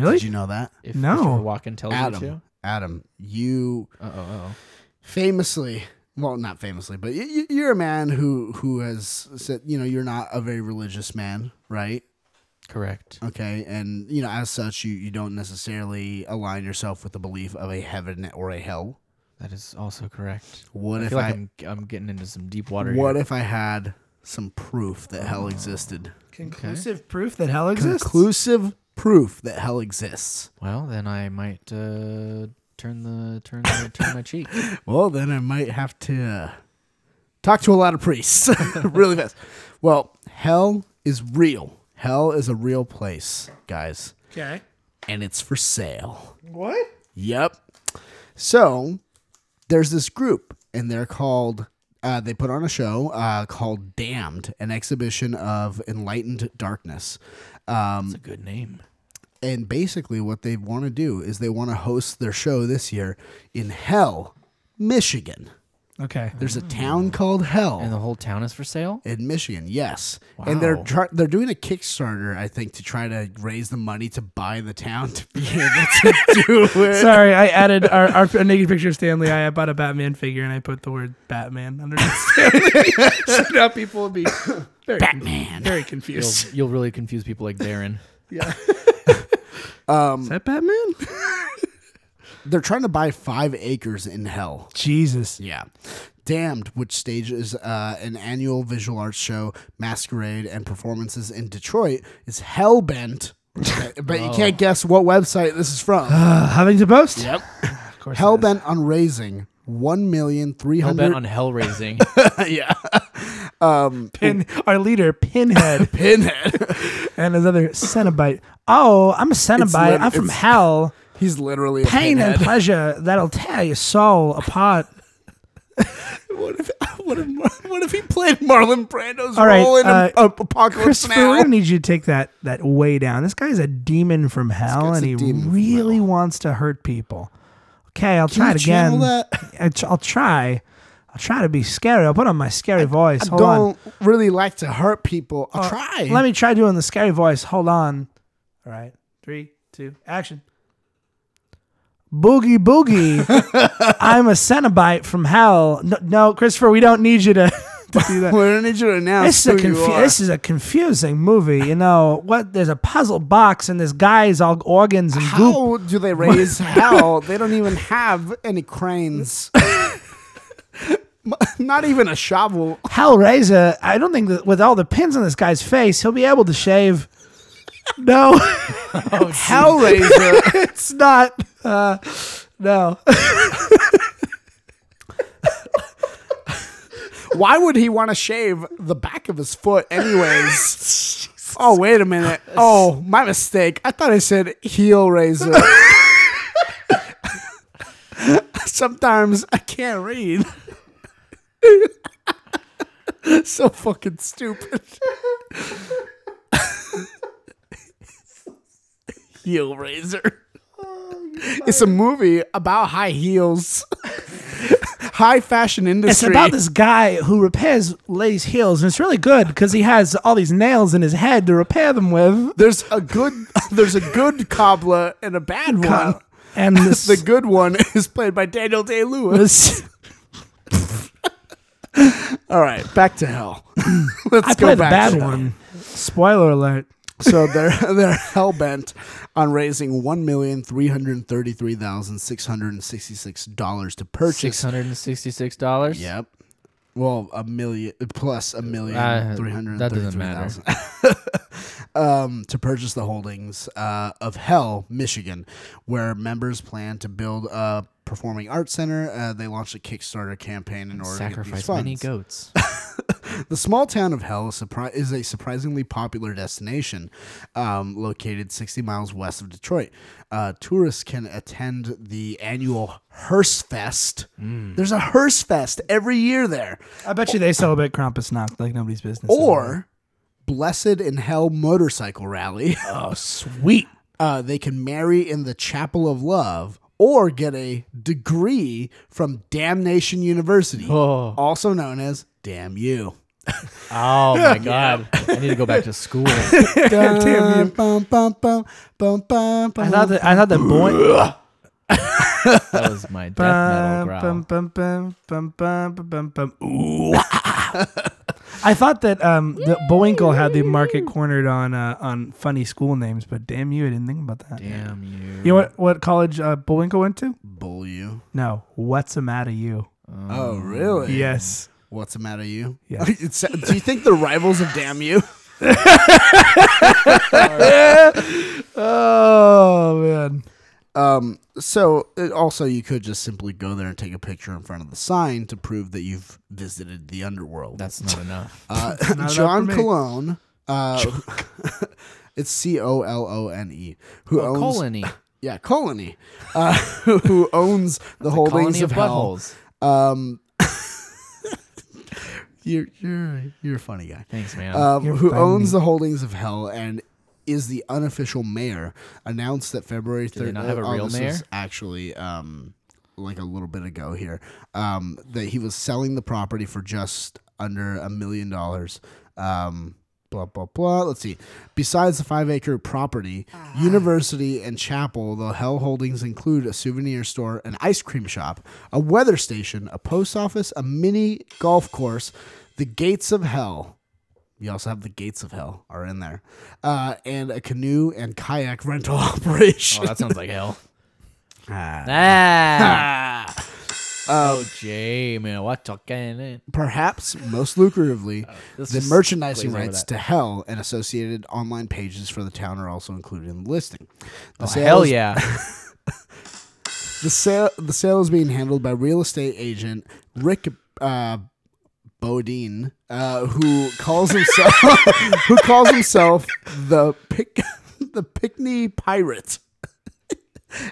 Really?
you know that?
If
No.
Christopher Walken tells you
Adam,
to.
Adam, you
Uh oh.
famously, well, not famously, but y- y- you're a man who who has said, you know, you're not a very religious man, right?
Correct.
Okay, and you know, as such, you you don't necessarily align yourself with the belief of a heaven or a hell.
That is also correct.
What
I
if
feel like
I?
I'm, I'm getting into some deep water.
what
here.
if I had some proof that hell existed?
Conclusive proof that hell exists.
Conclusive proof that hell exists.
Well, then I might uh, turn the turn the, turn my cheek.
Well, then I might have to uh, talk to a lot of priests really fast. Well, hell is real. Hell is a real place, guys,
okay.
and it's for sale.
What?
Yep. So there's this group, and they're called. Uh, they put on a show uh, called "Damned," an exhibition of enlightened darkness. Um,
It's a good name.
and basically, what they want to do is they want to host their show this year in Hell, Michigan.
Okay.
There's a town called Hell
Mm. And the whole town is for sale.
in Michigan. Yes, and they're
Wow.
try- they're doing a Kickstarter, I think, to try to raise the money to buy the town to be able to do it.
Sorry, I added our, our a naked picture of Stanley. I bought a Batman figure and I put the word Batman underneath Stanley. so now people will be very,
Batman.
very
You'll,
confused.
you'll really confuse people like Darren.
Is that Batman?
They're trying to buy five acres in Hell.
Jesus.
Yeah. Damned, which stages uh, an annual visual arts show, masquerade, and performances in Detroit, is hellbent. but but you
Oh.
can't guess what website this is from.
Uh, having to boast?
yep.
Of course. it is.
Hellbent on raising one million three
I bet on
hundred.
hell raising.
Yeah.
Pin, our leader, Pinhead,
Pinhead.
and his other Cenobite. Oh, I'm a Cenobite.
lit-
I'm from
it's-
hell.
He's literally a
Pain
pinhead.
and pleasure that'll tear your soul apart.
What if, what if, played Marlon Brando's
All right,
role in
uh,
a, a, Apocalypse
Christopher, we're
Now.
gonna need you to take that that way down. This guy's a demon from hell,
guy's
and
a
he
demon from
really wants to hurt people. Okay, I'll try
you
it
channel
again. I tr- I'll try. I'll try to be scary. I'll put on my scary voice.
I
Hold on. Uh,
don't really like to hurt people. I'll try.
Let me try doing the scary voice. Hold on. All right. Three, two, action. Boogie boogie. I'm a Cenobite from hell. No, no Christopher, we don't need you to, to do that.
We're gonna need you to announce
This is, a
who you
confu-
are.
this is a confusing movie. You know, what? There's a puzzle box, and this guy's all organs and goop.
How do they raise hell? They don't even have any cranes. Not even a shovel.
Hellraiser, I don't think that with all the pins on this guy's face, he'll be able to shave. No, Oh,
Hellraiser.
it's not. Uh, no.
Why would he want to shave the back of his foot, anyways? oh, wait a minute. Oh, my mistake. I thought I said heel razor. Sometimes I can't read. so fucking stupid. heel razor.
Oh,
It's a movie about high heels, high fashion industry.
It's about this guy who repairs ladies' heels, and it's really good because he has all these nails in his head to repair them with.
There's a good there's a good cobbler and a bad one.
And this,
The good one is played by Daniel Day Lewis.
this-
All right, back to hell. Let's
I
go
played the
back
bad
to hell.
one. Spoiler alert.
So they're they're hell bent on raising one million three hundred thirty three thousand six hundred and sixty six dollars to
Six
purchase.
hundred and sixty-six dollars.
Yep. Well, a million plus a million
Uh,
three hundred
that
thirty
doesn't
three
matter.
thousand. um, to purchase the holdings uh, of Hell, Michigan, where members plan to build a performing arts center. Uh, they launched a Kickstarter campaign in order
Sacrifice
to get
many
these funds.
goats.
The small town of Hell is, surpri- is a surprisingly popular destination, um, located 60 miles west of Detroit. Uh, tourists can attend the annual Hearse Fest.
Mm.
There's a Hearse Fest every year there,
I bet you they celebrate Krampusnacht like nobody's business.
or Blessed in Hell Motorcycle Rally.
oh, sweet.
uh, they can marry in the Chapel of Love or get a degree from Damnation University,
Oh.
also known as Damn You.
Oh my god! I need to go back to school.
Bum, bum, bum, bum, bum, bum,
I thought that I thought that boy.
That was my death metal growl.
Bum, bum, bum, bum, bum, bum, bum, bum. Ooh. I thought that um, the Boinkle had the market cornered on uh, on funny school names, but damn you, I didn't think about that.
Damn you!
You know what, what college uh, Bolinko went to?
Bull you.
No. What's the matter, you?
Oh, really?
Yes.
What's the matter, you?
Yeah.
It's- uh, do you think the rivals of Damn You?
Oh, man.
Um, so it, also you could just simply go there and take a picture in front of the sign to prove that you've visited the underworld.
That's not enough.
Uh,
enough
John
for me.
Cologne. Uh, it's C O L O N E. Who
Oh,
owns?
colony.
Yeah, colony. Uh, who owns the holdings
Colony
of,
of
hell?
buttholes.
Um, you're you're you're a funny guy.
Thanks, man.
Um,
You're
who
funny.
owns the holdings of hell and is the unofficial mayor announced that February 3rd.
they not have a
oh,
real
this
mayor?
was actually, um, like a little bit ago here, um, that he was selling the property for just under a million dollars. Um, blah blah blah. Let's see. Besides the five acre property, university and chapel, the hell holdings include a souvenir store, an ice cream shop, a weather station, a post office, a mini golf course, the gates of hell. You also have the gates of hell are in there, uh, and a canoe and kayak rental
oh,
operation.
that sounds like hell.
Ah.
Ah.
Uh,
oh, Jay, man, what talking? in?
Perhaps most lucratively,
Oh, this
the
just
merchandising
glaze over
rights
that.
to hell and associated online pages for the town are also included in the listing. The
Oh, hell
sales-
yeah!
The sale the sale is being handled by real estate agent Rick uh, Bodine, uh, who calls himself who calls himself the pick the Pickney Pirate.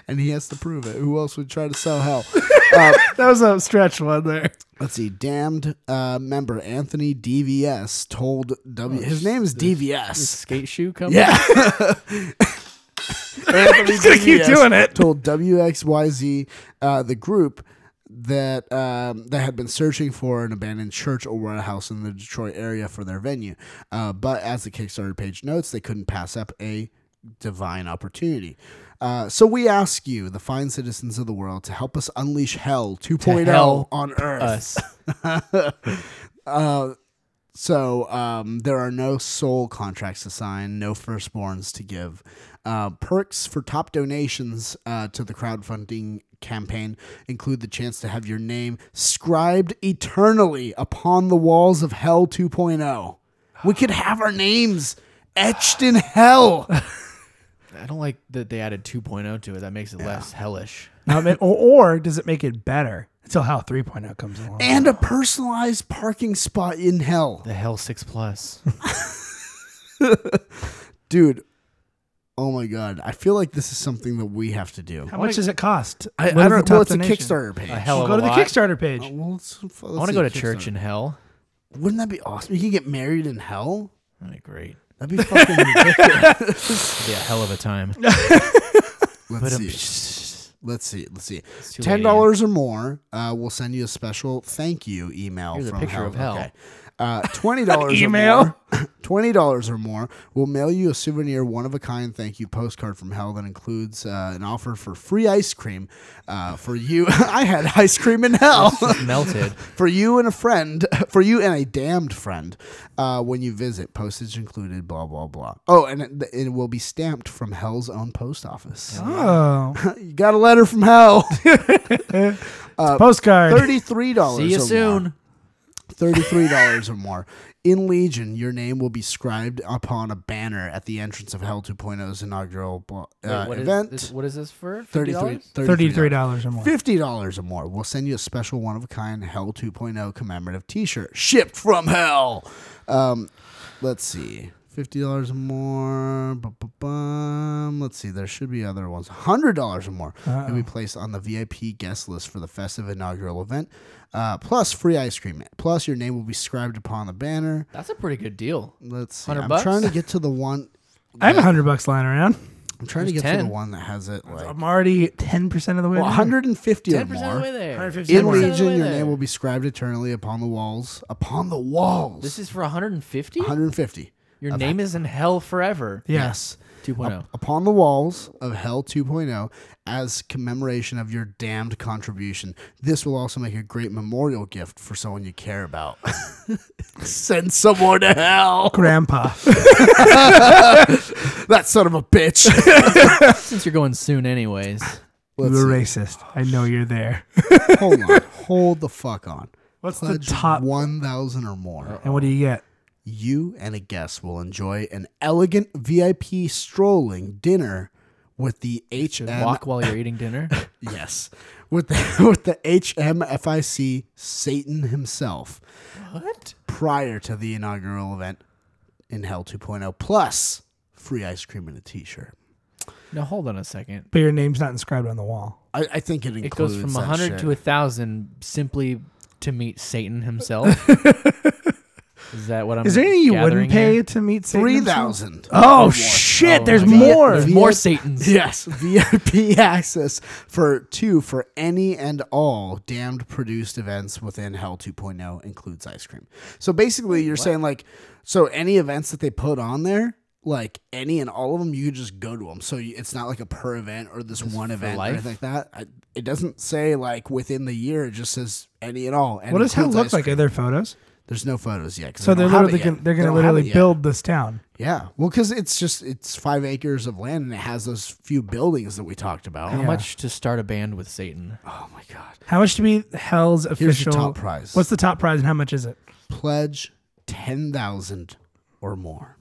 and he has to prove it. Who else would try to sell hell? Uh,
That was a stretch one there.
Let's see. Damned uh, member Anthony DVS told W. His name is DVS.
Skate shoe company.
Yeah. Anthony
gonna keep
DVS
doing it.
Told WXYZ, uh, the group that um, that had been searching for an abandoned church or warehouse in the Detroit area for their venue, uh, but as the Kickstarter page notes, they couldn't pass up a divine opportunity. Uh, so we ask you, the fine citizens of the world, to help us unleash hell 2.0
help
on Earth.
Us.
Uh, So um, there are no soul contracts to sign, no firstborns to give. Uh, perks for top donations uh, to the crowdfunding campaign include the chance to have your name scribed eternally upon the walls of Hell 2.0. We could have our names etched in hell.
I don't like that they added 2.0 to it. That makes it less hellish.
Um, it- or, or does it make it better until how 3.0 comes along?
And a personalized parking spot in hell.
The Hell 6 Plus.
Dude, oh my God. I feel like this is something that we have to do.
How much does it cost?
I, I
What is the
don't
top
know. Well, it's a
donation?
Kickstarter page.
A
Well,
hell of
go
a
to the
lot.
Kickstarter page.
Well, let's- let's
I want
see
to go to
Kickstarter.
church in hell.
Wouldn't that be awesome? You can get married in hell.
That'd be great.
That'd be fucking ridiculous.
It'd be a hell of a time.
Let's see. Let's see. Let's see.
um, too
Ten
late
dollars or more, uh, we'll send you a special thank you email
Here's a
from
picture
hell.
of hell.
Okay. Uh, twenty dollars
email?
Or more, twenty dollars or more, we'll mail you a souvenir, one of a kind thank you postcard from hell that includes uh, an offer for free ice cream uh, for you. I had ice cream in hell.
Melted.
for you and a friend, for you and a damned friend, uh, when you visit, postage included, blah blah blah. Oh, and it, it will be stamped from Hell's own post office.
Oh, it's
you got a letter from Hell.
a postcard.
Thirty-three dollars.
See you
or
soon.
More. Thirty-three dollars or more. In Legion, your name will be scribed upon a banner at the entrance of Hell 2.0's inaugural blo- uh,
Wait, what is
event.
this- what is this for?
$33.
$33?
Thirty-three dollars or more.
Fifty dollars or more, we'll send you a special one of a kind Hell 2.0 commemorative T-shirt shipped from Hell. Um, let's see, fifty dollars or more. Ba-ba-bum. Let's see, there should be other ones. Hundred dollars or more can
Oh.
be placed on the VIP guest list for the festive inaugural event. Uh, plus free ice cream. Plus your name will be scribed upon the banner.
That's a pretty good deal.
Let's see.
100
I'm
bucks?
trying to get to the one.
I have a hundred bucks lying around.
I'm trying to
There's
get to
10.
the one that has it like
I'm already ten percent of the way.
well,
there.
150 or
10%
more.
of the way there.
150
In
more.
Legion.
Legion,
way
your
there.
name will be scribed eternally upon the walls. Upon the walls.
This is for 150?
150.
Your name is in hell forever. Oh,
Yes.
2.0.
Upon the walls of Hell 2.0 as commemoration of your damned contribution. This will also make a great memorial gift for someone you care about. Send someone to hell.
Grandpa.
That son of a bitch.
Since you're going soon, anyways.
you
Let's
were
see.
racist. I know you're there.
Hold on. Hold the fuck on.
What's the
Pledge
top?
1,000 or more.
And what do you get?
you and a guest will enjoy an elegant VIP strolling dinner with the HM
Walk while you're eating dinner.
yes with the, with the HMFIC Satan himself. What? Prior to the inaugural event in Hell 2.0 plus free ice cream and a t-shirt.
Now hold on a second.
But your name's not inscribed on the wall.
I, I think it includes
It goes from
that
100
shit.
to 1,000 simply to meet Satan himself. Is that what I'm
Is there any you
gathering
wouldn't pay
here?
to meet Satan? himself?
3,000.
Oh shit!
Oh,
there's
my God.
more.
There's more Satans.
Yes, VIP access for two for any and all damned produced events within Hell 2.0 includes ice cream. So basically, you're saying like, so any events that they put on there, like any and all of them, you could just go to them. So you, it's not like a per event or this one event or
life?
anything like that. I, it doesn't say like within the year. It just says any and all. And
What does hell
includes
look
ice
like?
cream.
Are there photos?
There's no photos yet. 'cause
So
they
they're
don't have it
literally
yet.
gonna, they're
They
going to
don't have it
literally
yet.
build this town.
Yeah, well, because it's just it's five acres of land and it has those few buildings that we talked about.
How much to start a band with Satan?
Oh my god!
How much to be Hell's official?
Here's your top prize.
What's the top prize and how much is it?
Pledge ten thousand or more.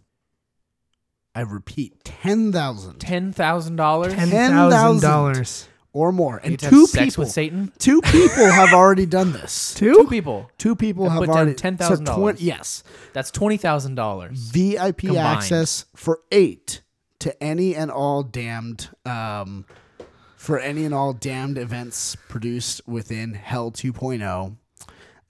I repeat, ten thousand
$10,000?
Ten
$10,000.
thousand dollars.
or more, and
to
two
have sex
people.
with Satan?
Two people have already done this.
Two people.
Two people
Have
have
put down
already
$10,000.
so twen- yes,
That's $20,000.
VIP
Combined.
access for eight to any and all damned um, for any and all damned events produced within Hell 2.0.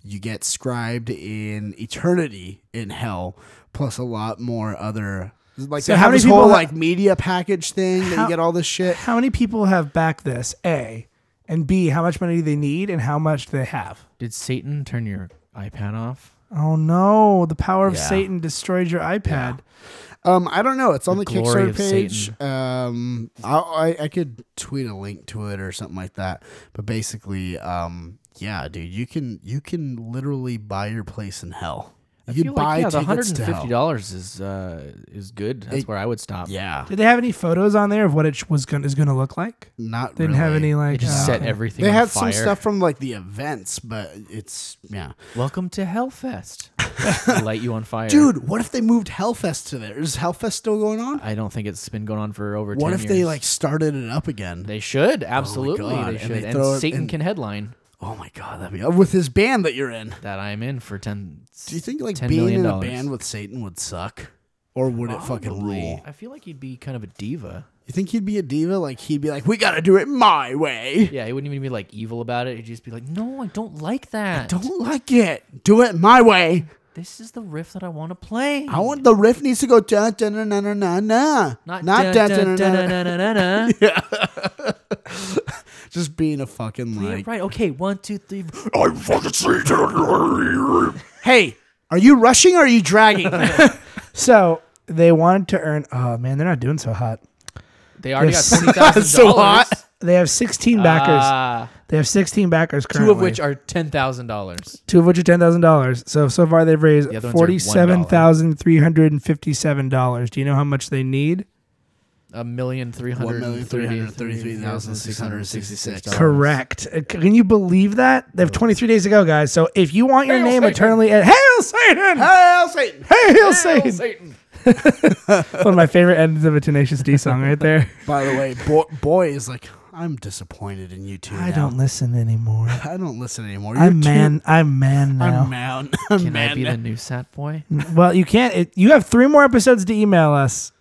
You get scribed in eternity in hell, plus a lot more other. Like
So
they
how
have
many
this whole
people-
like media package thing that
How-
you get all this shit?
How many people have backed this? A and B. How much money do they need, and how much do they have?
Did Satan turn your iPad off?
Oh no! The power of
Yeah.
Satan destroyed your iPad.
Um, I don't know. It's on the,
The glory
Kickstarter
of
page. Um, I, I I could tweet a link to it or something like that. But basically, um, yeah, dude, you can you can literally buy your place in hell.
I
You
feel
can
like,
buy
yeah, the
tickets to hell.
$150 is uh, is good. That's
It-
where I would stop.
Yeah,
Did they have any photos on there of what it sh- was going is going to look like?
not
They didn't have
really.
any
They
like.
just
uh,
set everything.
They
on
had
fire.
some stuff from like the events, but it's yeah,
Welcome to Hellfest. Light you on fire,
dude. What if they moved Hellfest to there? Is Hellfest still going on?
I don't think it's been going on for over.
What
10
if they
years.
like started it up again?
They should absolutely.
God,
They
and
should.
they
And,
throw it
Satan
in-
can headline
oh my god, that'd be with his band that you're in.
that I'm in for ten.
Do you think like
$10
being
million
in a
dollars.
band with Satan would suck? Or would it fucking rule?
I feel like he'd be kind of a diva.
You think he'd be a diva? Like he'd be like, "We gotta do it my way.
Yeah, he wouldn't even be like evil about it. He'd just be like, "No, I don't like that.
Don't like it. Do it my way.
This is the riff that I want to play.
I want the riff needs to go da da na na na na na,
not
not da
dun,
da na
dun, dun,
na."
dun,
na.
dun, dun, dun, dun.
Just being a fucking
Yeah,
like,
right. Okay, one, two, three.
I'm fucking Satan.
"Hey, are you rushing or are you dragging?"
So they wanted to earn. Oh man, they're not doing so hot.
They already
Yes.
got twenty thousand
So hot.
dollars.
They have 16 backers. they have 16 backers currently.
Uh, Two of which are ten thousand dollars.
two of which are ten thousand dollars. So so far they've raised
The other ones are
forty-seven thousand three hundred and fifty-seven dollars. Do you know how much they need?
A million three
One million
hundred
three hundred
thirty
thirty-three thousand six hundred sixty-six.
Correct. Uh, c- Can you believe that? They have 23 days to go, guys. So if you want your name eternally, at Hail Satan!
Hell, Satan!
Hail, Satan! One of my favorite ends of a Tenacious D song, right there.
By the way, boy, boy is like, "I'm disappointed in you two.
I
now.
don't listen anymore.
I don't listen anymore. You're
I'm
too-
man. I'm man now.
I'm man. I'm
Can
man
I be
now.
the new Sat Boy?
Well, you can't. It, you have three more episodes to email us,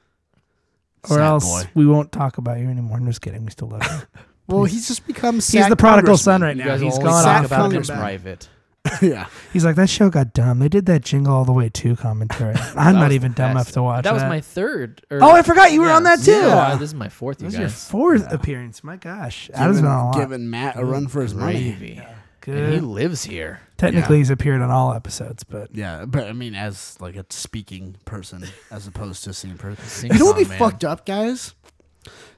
or
Sad
else
boy.
we won't talk about you anymore. I'm just kidding. We still love you.
Well, he's just become.
He's the prodigal son right
You
now.
guys
He's
will
gone
only
off.
talk
Sat
about it in
Congressman.
private.
yeah.
He's like, that show got dumb. They did that jingle all the way to commentary. I'm
That
not
was
even
the
dumb
best.
enough to watch
That
that.
was my third. or-
Oh, I forgot you were
Yeah.
on that too.
Yeah, wow, this is my fourth. You
This is
guys.
your fourth appearance. My gosh, Adam's been on a lot.
giving Matt a run for his money.
Gravy. And he
Good.
lives here.
Technically, he's appeared on all episodes, but
Yeah, but I mean, as like a speaking person, as opposed to a singing person.
Sing
You know what
song
be
man.
fucked up, guys?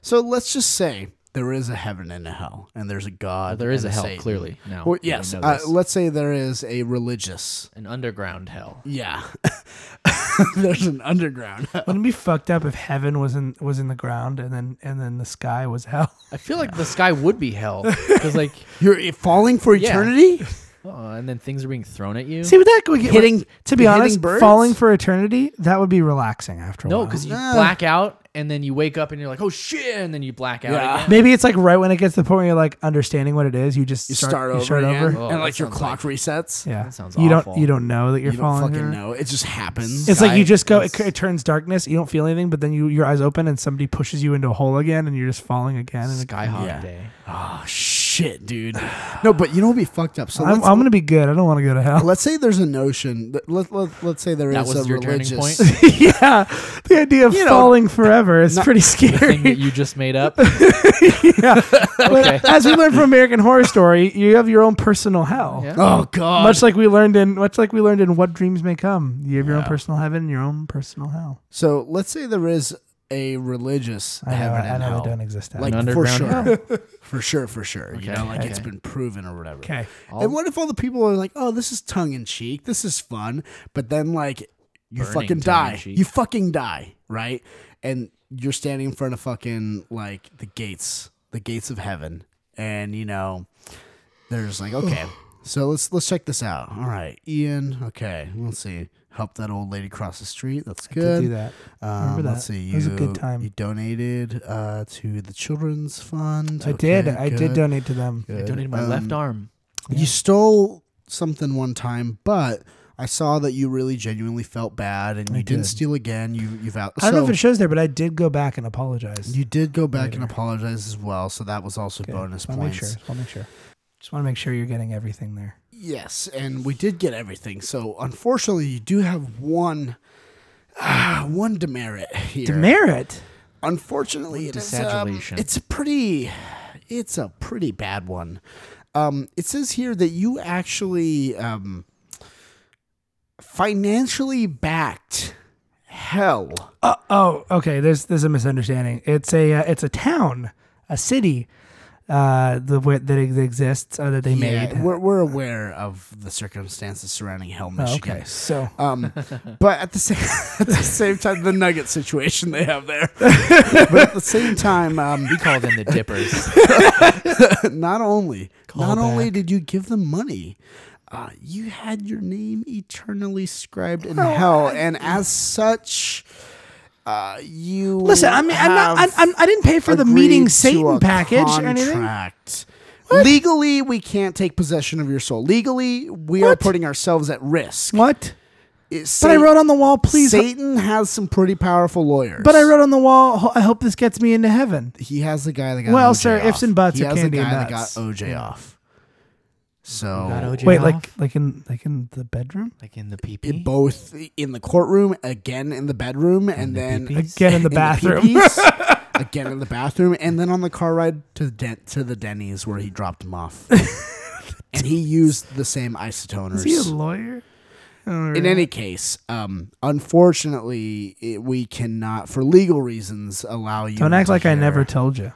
So let's just say there is a heaven and a hell, and there's a god.
Uh, There is
and
a hell,
Satan.
clearly. Now,
Well,
we
yes.
know
Uh,
this.
let's say there is a religious.
an underground hell.
Yeah. there's an underground. hell.
wouldn't it be fucked up if heaven was in was in the ground and then and then the sky was hell?
I feel like the sky would be hell because, like,
You're eh, falling for
Yeah.
eternity.
oh, and then things are being thrown at you.
See, with that, we get
Hitting-
To be
hitting
honest,
birds?
falling for eternity that would be relaxing after a
no,
while.
because you
Nah.
black out and then you wake up and you're like, oh shit, and then you black out.
Yeah.
Again.
maybe it's like right when it gets to the point where you're like understanding what it is, you just
You
start,
start,
you
over,
start
again,
Oh,
and
that
like your
sounds
clock resets.
Yeah,
That sounds
you don't
awful.
you don't know that you're
You don't
falling.
fucking
for it.
know. It just happens.
It's like
I-
you just go. It,
it's-
it turns darkness. You don't feel anything, but then you your eyes open and somebody pushes you into a hole again, and you're just falling again. And
Sky hot
Yeah.
day.
Oh shit, dude. No, but you know what be fucked up. So
I'm,
let's,
I'm gonna be good. I don't want to go to hell.
let's say there's a notion. That, let, let, let's say there is
That was
a
your
religious.
turning point. the
yeah, the idea of
You know,
falling forever is
not-
pretty
thing that
scary.
you just made up.
But As we learned from American Horror Story, you have your own personal hell.
Yeah.
Oh god.
Much like we learned in much like we learned in What Dreams May Come, you have your own personal heaven and your own personal hell.
so let's say there is a religious
I know,
heaven
I
and
know
hell.
they don't exist.
Like
Like,
An
for
underground
sure. for sure, for sure. You
Okay,
know, like it's
okay.
been proven or whatever.
okay,
All-
And what if all the people are like, "Oh, this is tongue in cheek. This is fun," but then like you
Burning
fucking die.
tongue-in-cheek.
You fucking die, right? And you're standing in front of fucking like the gates, the gates of heaven, and you know, there's like, okay, so let's let's check this out. All right, Ian. Okay, let's see. Help that old lady cross the street. That's
I did
good.
do that.
Um,
Remember
Let's
that.
see. You,
It was a good time.
You donated uh, to the children's fund.
I did.
Okay,
I did
good,
donate to them.
I
good. Uh,
donated my
Um,
left arm.
you stole something one time, but I I saw that you really genuinely felt bad, and you didn't
did.
steal again. You you've out.
I don't know if
so
it shows there, but I did go back and apologize.
you did go back and apologize as well, so that was also
Okay,
bonus
just wanna
points.
Make sure. Just want to make sure. Just want to make sure you're getting everything there.
Yes, and we did get everything. So unfortunately, you do have one, ah, one demerit here.
Demerit.
Unfortunately, it is. Um,
desaturation.
it's a pretty, it's a pretty bad one. Um, it says here that you actually um, financially backed hell.
Uh, oh, okay. There's there's a misunderstanding. It's a uh, it's a town, a city, uh, the way that it exists uh, that they
Yeah,
made.
we're, we're aware of the circumstances surrounding hell,
Oh,
Michigan.
okay, so
Um, but at the same at the same time, the nugget situation they have there. but at the same time, um,
We call them the dippers.
not only not only did you give them money, uh, you had your name eternally scribed in hell, and as such, uh, you
listen. I mean, I'm not.
have
I, I'm, I didn't pay for the
agreed
meeting
to a
Satan package or anything.
contract. Legally, we can't take possession of your soul. Legally, we are
What?
putting ourselves at risk.
What?
It's
But I wrote on the wall, please. uh,
Satan has some pretty powerful lawyers.
But I wrote on the wall. "Ho- I hope this gets me into heaven.
he has the guy that got
Well,
OJ
sir,
off.
ifs and buts
he
are
has
candy
the
and
guy that got
nuts.
OJ off. So
Wait, like like in like in the bedroom
like in the PP.
it both in the courtroom, again in the bedroom, and
the
then
pee-pees?
again in the
in
bathroom.
pee-pees, again in the bathroom, and then on the car ride to the dent to the Denny's where he dropped him off. and he used the same
Is he a
isotoners.
lawyer? I don't
In
know.
any case, um, unfortunately, it, we cannot, for legal reasons, allow you.
don't act
to
like I
hear.
never told you.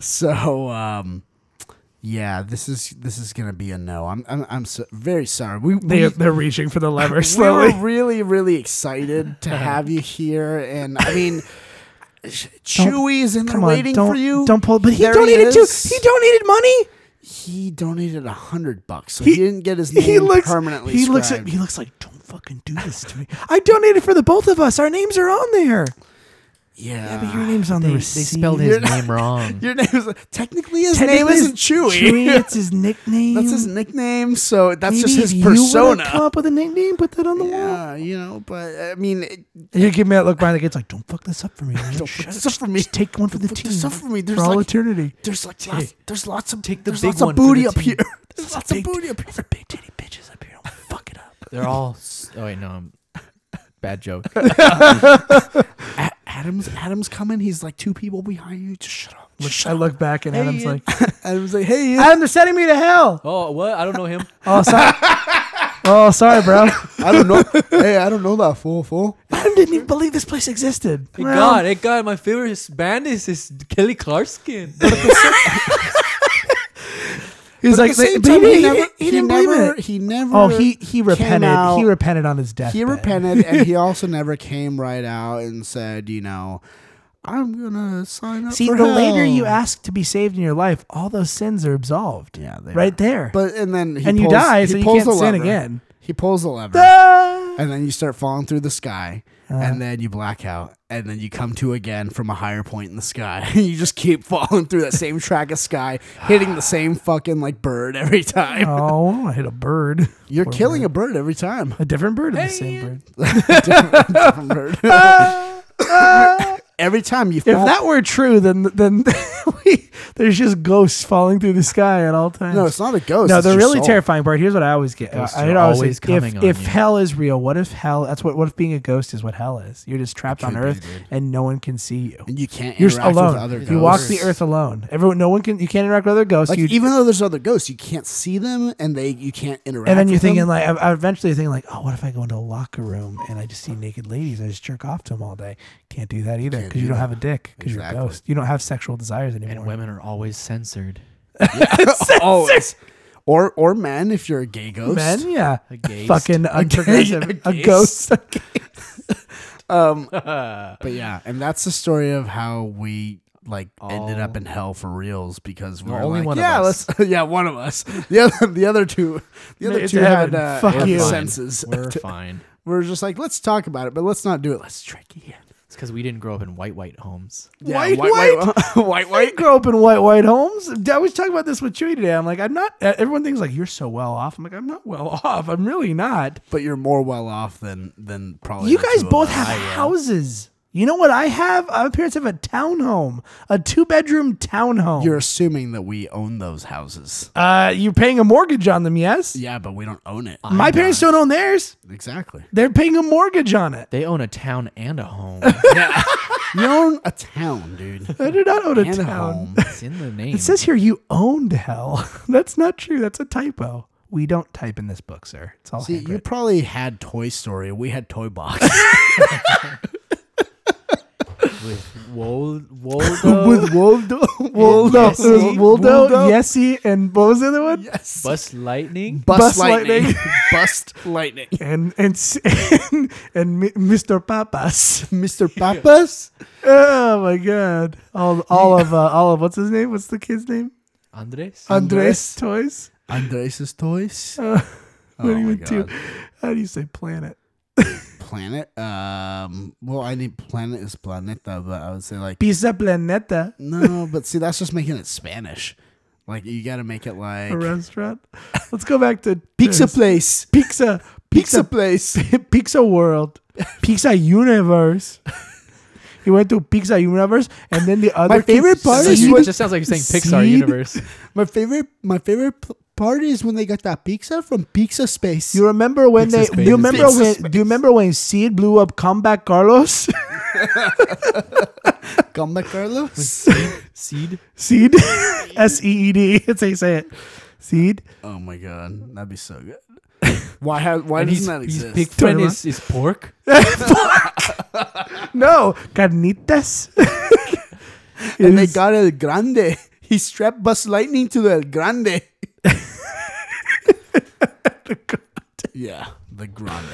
So um yeah, this is this is gonna be a no. I'm I'm, I'm so, very sorry. We
They
we,
they're reaching for the lever
we were
slowly. Uh-huh.
really really excited to have you here, and I mean, sh- Chewy is in there
Come on,
waiting
don't
for you.
don't pull. But he
There
donated too.
is.
He donated money.
He donated a hundred bucks, so he,
He-
didn't get his name
He looks
permanently.
He looks at
scribed.
he looks like don't fucking do this to me. I donated for the both of us. Our names are on there.
Yeah,
Yeah, but
Ah,
your name's on
they,
the
they
receipt.
spelled his name wrong.
your name is technically his
Technically,
name
it's
isn't Chewy.
Chewy, it's his nickname.
that's his nickname, so that's
Maybe
just his
if you would've Come
persona.
up with a nickname, put that on the wall.
Yeah, you know, but I mean, it,
You give me that look behind the gates, like, don't fuck this up for me.
Don't
Don't
fuck
fuck
this up for me.
Just take one for the
Don't fuck
team.
this up for me. There's
all
like-
eternity.
There's like lots, there's lots of take
the
there's
big
lots of
one for the
booty up
team.
here. There's
There's
lots
a
of
big-
booty up here.
There's big titty bitches up here. Don't fuck it up.
They're all. s- Oh wait, no, I'm, bad joke.
A- Adam's Adam's coming. He's like two people behind you. Just shut up. Just shut
I look back and Adam's like,
up. Adam's like, hey,
Adam, they're sending me to hell.
Oh what? I don't know him.
Oh, sorry. oh, sorry, bro.
I don't know. hey, I don't know that fool. Fool.
Adam didn't even believe this place existed.
Hey,
Um,
Well,
God, hey God, my favorite band is is Kelly Clarkson.
He's
But
like,
at the same
but
time,
he,
he,
he,
never,
he didn't believe
never,
in it.
he never.
Oh, he he
came
repented.
out-
he repented on his death.
He repented, and he also never came right out and said, you know, I'm gonna sign up.
See,
for
the later you
hell."
ask to be saved in your life, all those sins are absolved.
Yeah, they
right
are.
there.
But and then he
and you
pulls-
die,
he
so you
pulls
can't
the
sin
lever.
again.
He pulls the lever.
Ah! Uh-huh.
and then you start falling through the sky, and then you black out, and then you come to again from a higher point in the sky. you just keep falling through that same track of sky, hitting the same fucking like bird every time.
Oh, I hit a bird.
You're
Poor
killing
bird.
a bird every time.
a different bird or the same bird.
Different- different bird. every time you
Ah. If
fall.
that were true, then then we, there's just ghosts falling through the sky at all times.
no, it's not a ghost.
No,
Oh, it's
the
your
really
soul.
terrifying part. Here's what I always get.
Ghosts
I
are
I'd always,
always
say,
coming
if,
on
if
you.
hell is real, what if hell? That's what. What if being a ghost is what hell is? You're just trapped on
could be,
Earth
dude.
and no one can see you.
And you can't
You're
interact
alone.
with other ghosts.
you walk the Earth alone. Everyone, no one can. You can't interact with other ghosts.
Like
you,
even though there's other ghosts, you can't see them, and they you can't interact.
and then you're
with
thinking
them.
like, I, I eventually thinking like, oh, what if I go into a locker room and I just see naked ladies? I just jerk off to them all day. Can't do that either
Can't
because
do
you don't
that.
have a dick because
Exactly.
you're a ghost. You don't have sexual desires anymore.
and women are always censored.
always, Oh, or or men if you're a gay ghost.
Men, yeah,
A gaist.
fucking unprogressive, a, ghost.
Um, but yeah, and that's the story of how we like ended up
Oh.
in hell for reals because we
No,
were
only
like,
one of
yeah,
us.
let's, yeah, one of us. The other, the other two, the other
It's
two had
heaven.
uh,
Fuck
had
you.
senses.
We're fine.
We we're just like, let's talk about it, but let's not do it. Let's trick you. in.
It's because we didn't grow up in white, white homes.
Yeah,
white,
white,
white,
white, white,
I didn't grow up in white, white homes. I was talking about this with Chewy today. I'm like, I'm not. uh, Everyone thinks like you're so well off. I'm like, I'm not well off. I'm really not.
But you're more well off than than probably.
You
the
guys
two of
both
us.
have houses. You know what I have? Uh, My parents have a townhome, a two-bedroom townhome.
You're assuming that we own those houses.
uh, you're paying a mortgage on them, yes?
Yeah, but we don't own it.
My parents don't own theirs.
exactly.
They're paying a mortgage on it.
They own a town and a home.
You own a town, dude.
I do not own a
And a
town.
home.
it's in the name.
It says here you owned hell. That's not true. That's a typo. We don't type in this book, sir. It's all
See, you
handwritten.
probably had Toy Story. We had Toy Box.
with Wol- Woldo,
Oh.
Woldo, Woldo,
Yessie.
there was Woldo,
Woldo.
Yessie, and what was the other one?
Bus Lightning.
Bust,
Bust
lightning.
lightning.
Bust lightning.
And and s- and, and Mi- Mr. Papas,
Mr. Papas?
Oh my God! All all of uh, all of what's his name? What's the kid's name?
Andres.
Andres, toys. Uh,
Andres' toys.
What do
Oh my
you do?
God.
How do you say planet?
Planet. Um. Well, I need planet is planeta, but I would say like
Pisa planeta,
no. But see, that's just making it Spanish. Like you got to make it like
a restaurant. Let's go back to
pizza place.
pizza, pizza,
Pizza place.
pizza world, pizza universe. He went to pizza universe, and then the other
My
kid-
favorite part
It
is
Seed?
what-
just sounds like you're saying Pixar
Seed?
universe.
My favorite. My favorite p- part is when they got that pizza from Pizza Space.
You remember when
Pizza
they?
space.
Do you remember
Pizza
when?
space.
Do you remember when Seed blew up Comeback Carlos?
Come back, Carlos.
Seed.
Seed, S E E D. That's how you say it. Seed.
Oh my god, that'd be so good. why have? Why
And
doesn't
his,
that
his
exist?
big friend
Totally.
is, is pork.
No, carnitas.
and they
Is-
got El Grande. He strapped Bus Lightning to the El Grande. Yeah, the Grande.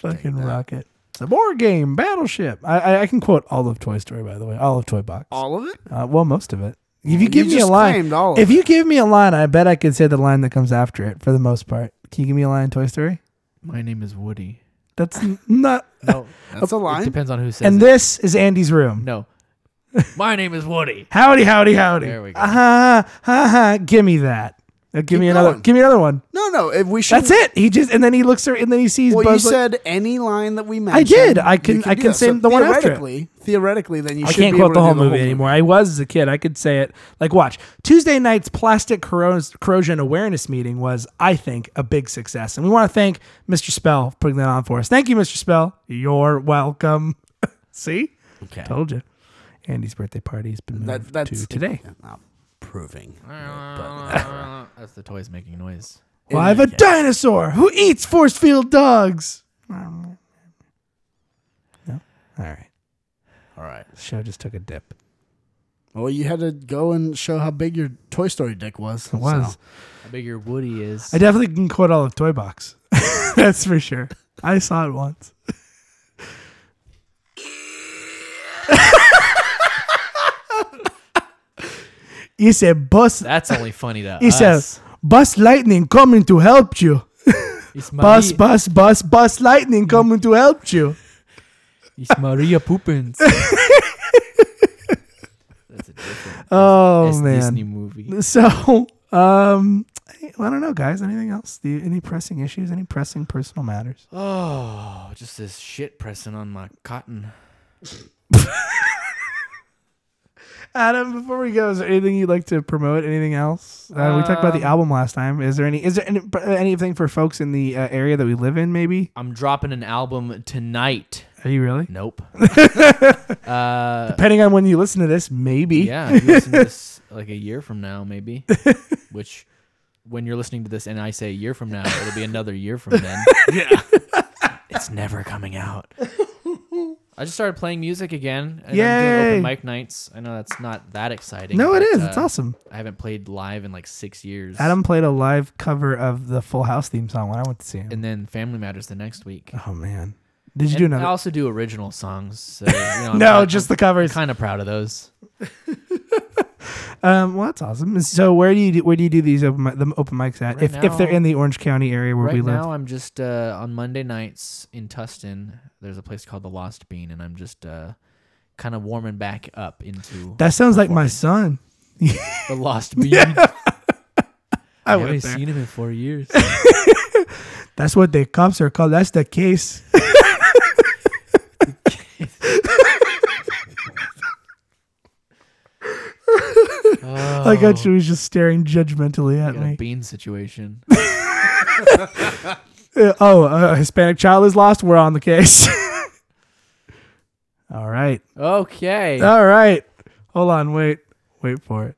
fucking rocket. The board game, Battleship. I, I I can quote all of Toy Story, by the way, all of Toy Box.
All of it?
Uh, well, most of it. If you
you
give me a
just
line,
claimed all of
if you give me a line, I bet I could say the line that comes after it for the most part. Can you give me a line, Toy Story?
My name is Woody.
That's n- not.
No,
That's a
it
line.
depends on who says
and
it.
this is Andy's room.
No, my name is Woody.
Howdy, howdy, howdy.
There we go.
Ah, ha, ha. Give me that. Uh, give me another.
going.
Give me another one.
No, no. If we should.
That's it. He just and then he looks her and then he sees
Well,
Buzz.
you
Light-
said any line that we mentioned.
did. I
you
can- I
do
can
that.
say the one after it.
theoretically, Theoretically, then you
I
should
can't
be
quote
able
the
to do
whole movie anymore. I was as a kid. I could say it. Like, watch. Tuesday night's plastic corros- corrosion awareness meeting was, I think, a big success. And we want to thank Mr. Spell for putting that on for us. Thank you, Mr. Spell. You're welcome. See?
Okay.
Told you. Andy's birthday party has been
That,
moved
that's
to today.
Yeah, not proving.
That's the toys making noise.
Well, I have a dinosaur who eats force field dogs. No? All right.
All right.
The show just took a dip.
Well, you had to go and show how big your Toy Story dick was.
It was.
How big your Woody is.
I definitely can quote all of Toy Box. That's for sure. I saw it once. it's a bus.
That's only funny to
It's
us.
a bus lightning coming to help you.
It's
Bus,
Maria,
bus, bus, bus lightning coming to help you.
it's Maria Poopins. That's a different
Oh
it's
man.
Disney movie.
So, um, I I don't know, guys. Anything else? Do you, any pressing issues? Any pressing personal matters?
Oh, just this shit pressing on my cotton.
Adam, before we go, is there anything you'd like to promote? Anything else? Uh, we talked about the album last time. Is there any? Is there any, uh, anything for folks in the uh, area that we live in? Maybe.
I'm dropping an album tonight.
Are you really?
Nope. uh,
Depending on when you listen to this, maybe.
yeah, if you listen to this like a year from now, maybe. Which, when you're listening to this, and I say a year from now, it'll be another year from then. yeah, it's never coming out. I just started playing music again. And I'm doing
Yay.
open mic nights. I know that's not that exciting.
No, it
but,
is. It's
uh,
awesome.
I haven't played live in like six years.
Adam played a live cover of the Full House theme song when I went to see him.
and then Family Matters the next week.
oh man, did you
And
do
I
another?
also um, do original songs. So, you know, I'm-
no,
I'm-
just the
I'm
covers.
kind of proud of those.
Um, well, that's awesome. So, where do you do, where do you do these open mi- the open mics at?
Right
if if they're
now-
in the Orange County area where we
right
live,
now i'm just uh, on monday nights in tustin there's a place called the lost bean and i'm just uh, kind of warming back up into
That sounds like my son.
the lost beam. I, haven't
went there.
seen him in four years.
That's what the cops are called. That's the case. Like I she was just staring judgmentally at
Oh, Got a
me.
bean situation.
Uh, oh, a Hispanic child is lost. We're on the case. All right.
Okay.
All right. Hold on. Wait. Wait for it.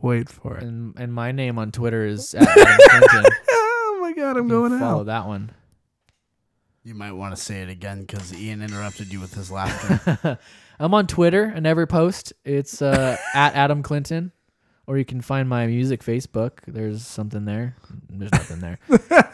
Wait for it.
and and my name on Twitter is at Adam Clinton.
Oh my God, I'm
You can
going
follow
out.
that one.
You might want to say it again because Ian interrupted you with his laughter.
I'm on Twitter. I never post. It's uh, at Adam Clinton, or you can find my music Facebook. There's something there. There's nothing there.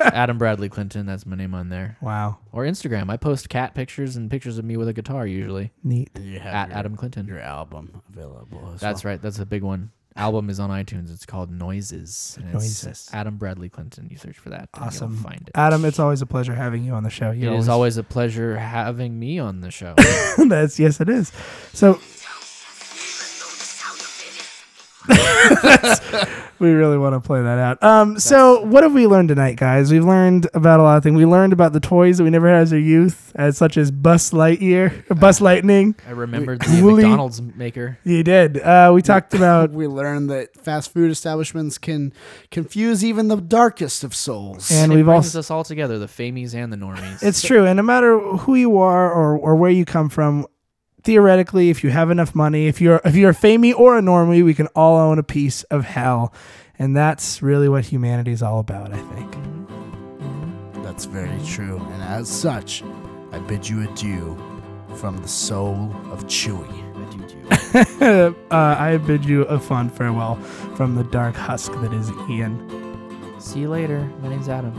Adam Bradley Clinton. That's my name on there.
Wow.
Or Instagram. I post cat pictures and pictures of me with a guitar usually.
Neat.
you have
At
your,
Adam Clinton.
your album available. As
That's right. That's a big one. Album is on iTunes. It's called Noises. And
Noises.
It's Adam Bradley Clinton. You search for that. and you'll
Awesome.
find it.
Adam, it's always a pleasure having you on the show.
It
You
is always a pleasure having me on the show.
That's yes, it is. So we really want to play that out. Um, so what have we learned tonight, guys? We've learned about a lot of things. We learned about the toys that we never had as a youth, as such as Bus Lightyear, Bus Lightning.
I remembered the
Wooly-
McDonald's maker.
You did. Uh, we talked about
we learned that fast food establishments can confuse even the darkest of souls.
and
it
we've
brings
also.
us all together, the famies and the normies.
It's true, and no matter who you are or or where you come from. Theoretically, if you have enough money, if you're if you're a famie or a normie, we can all own a piece of hell, and that's really what humanity is all about. I think.
That's very true. And as such, I bid you adieu from the soul of Chewy.
uh, I bid you a fond farewell from the dark husk that is Ian.
See you later. My name's Adam.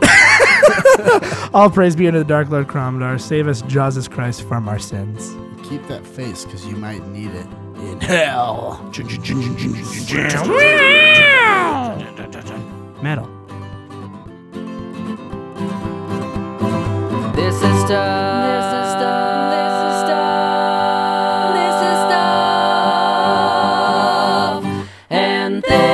All praise be unto the Dark Lord Cromdar. Save us, Jesus Christ, from our sins.
Keep that face because you might need it in hell.
Metal.
This is stuff. This is stuff. This is stuff. This is stuff. And things.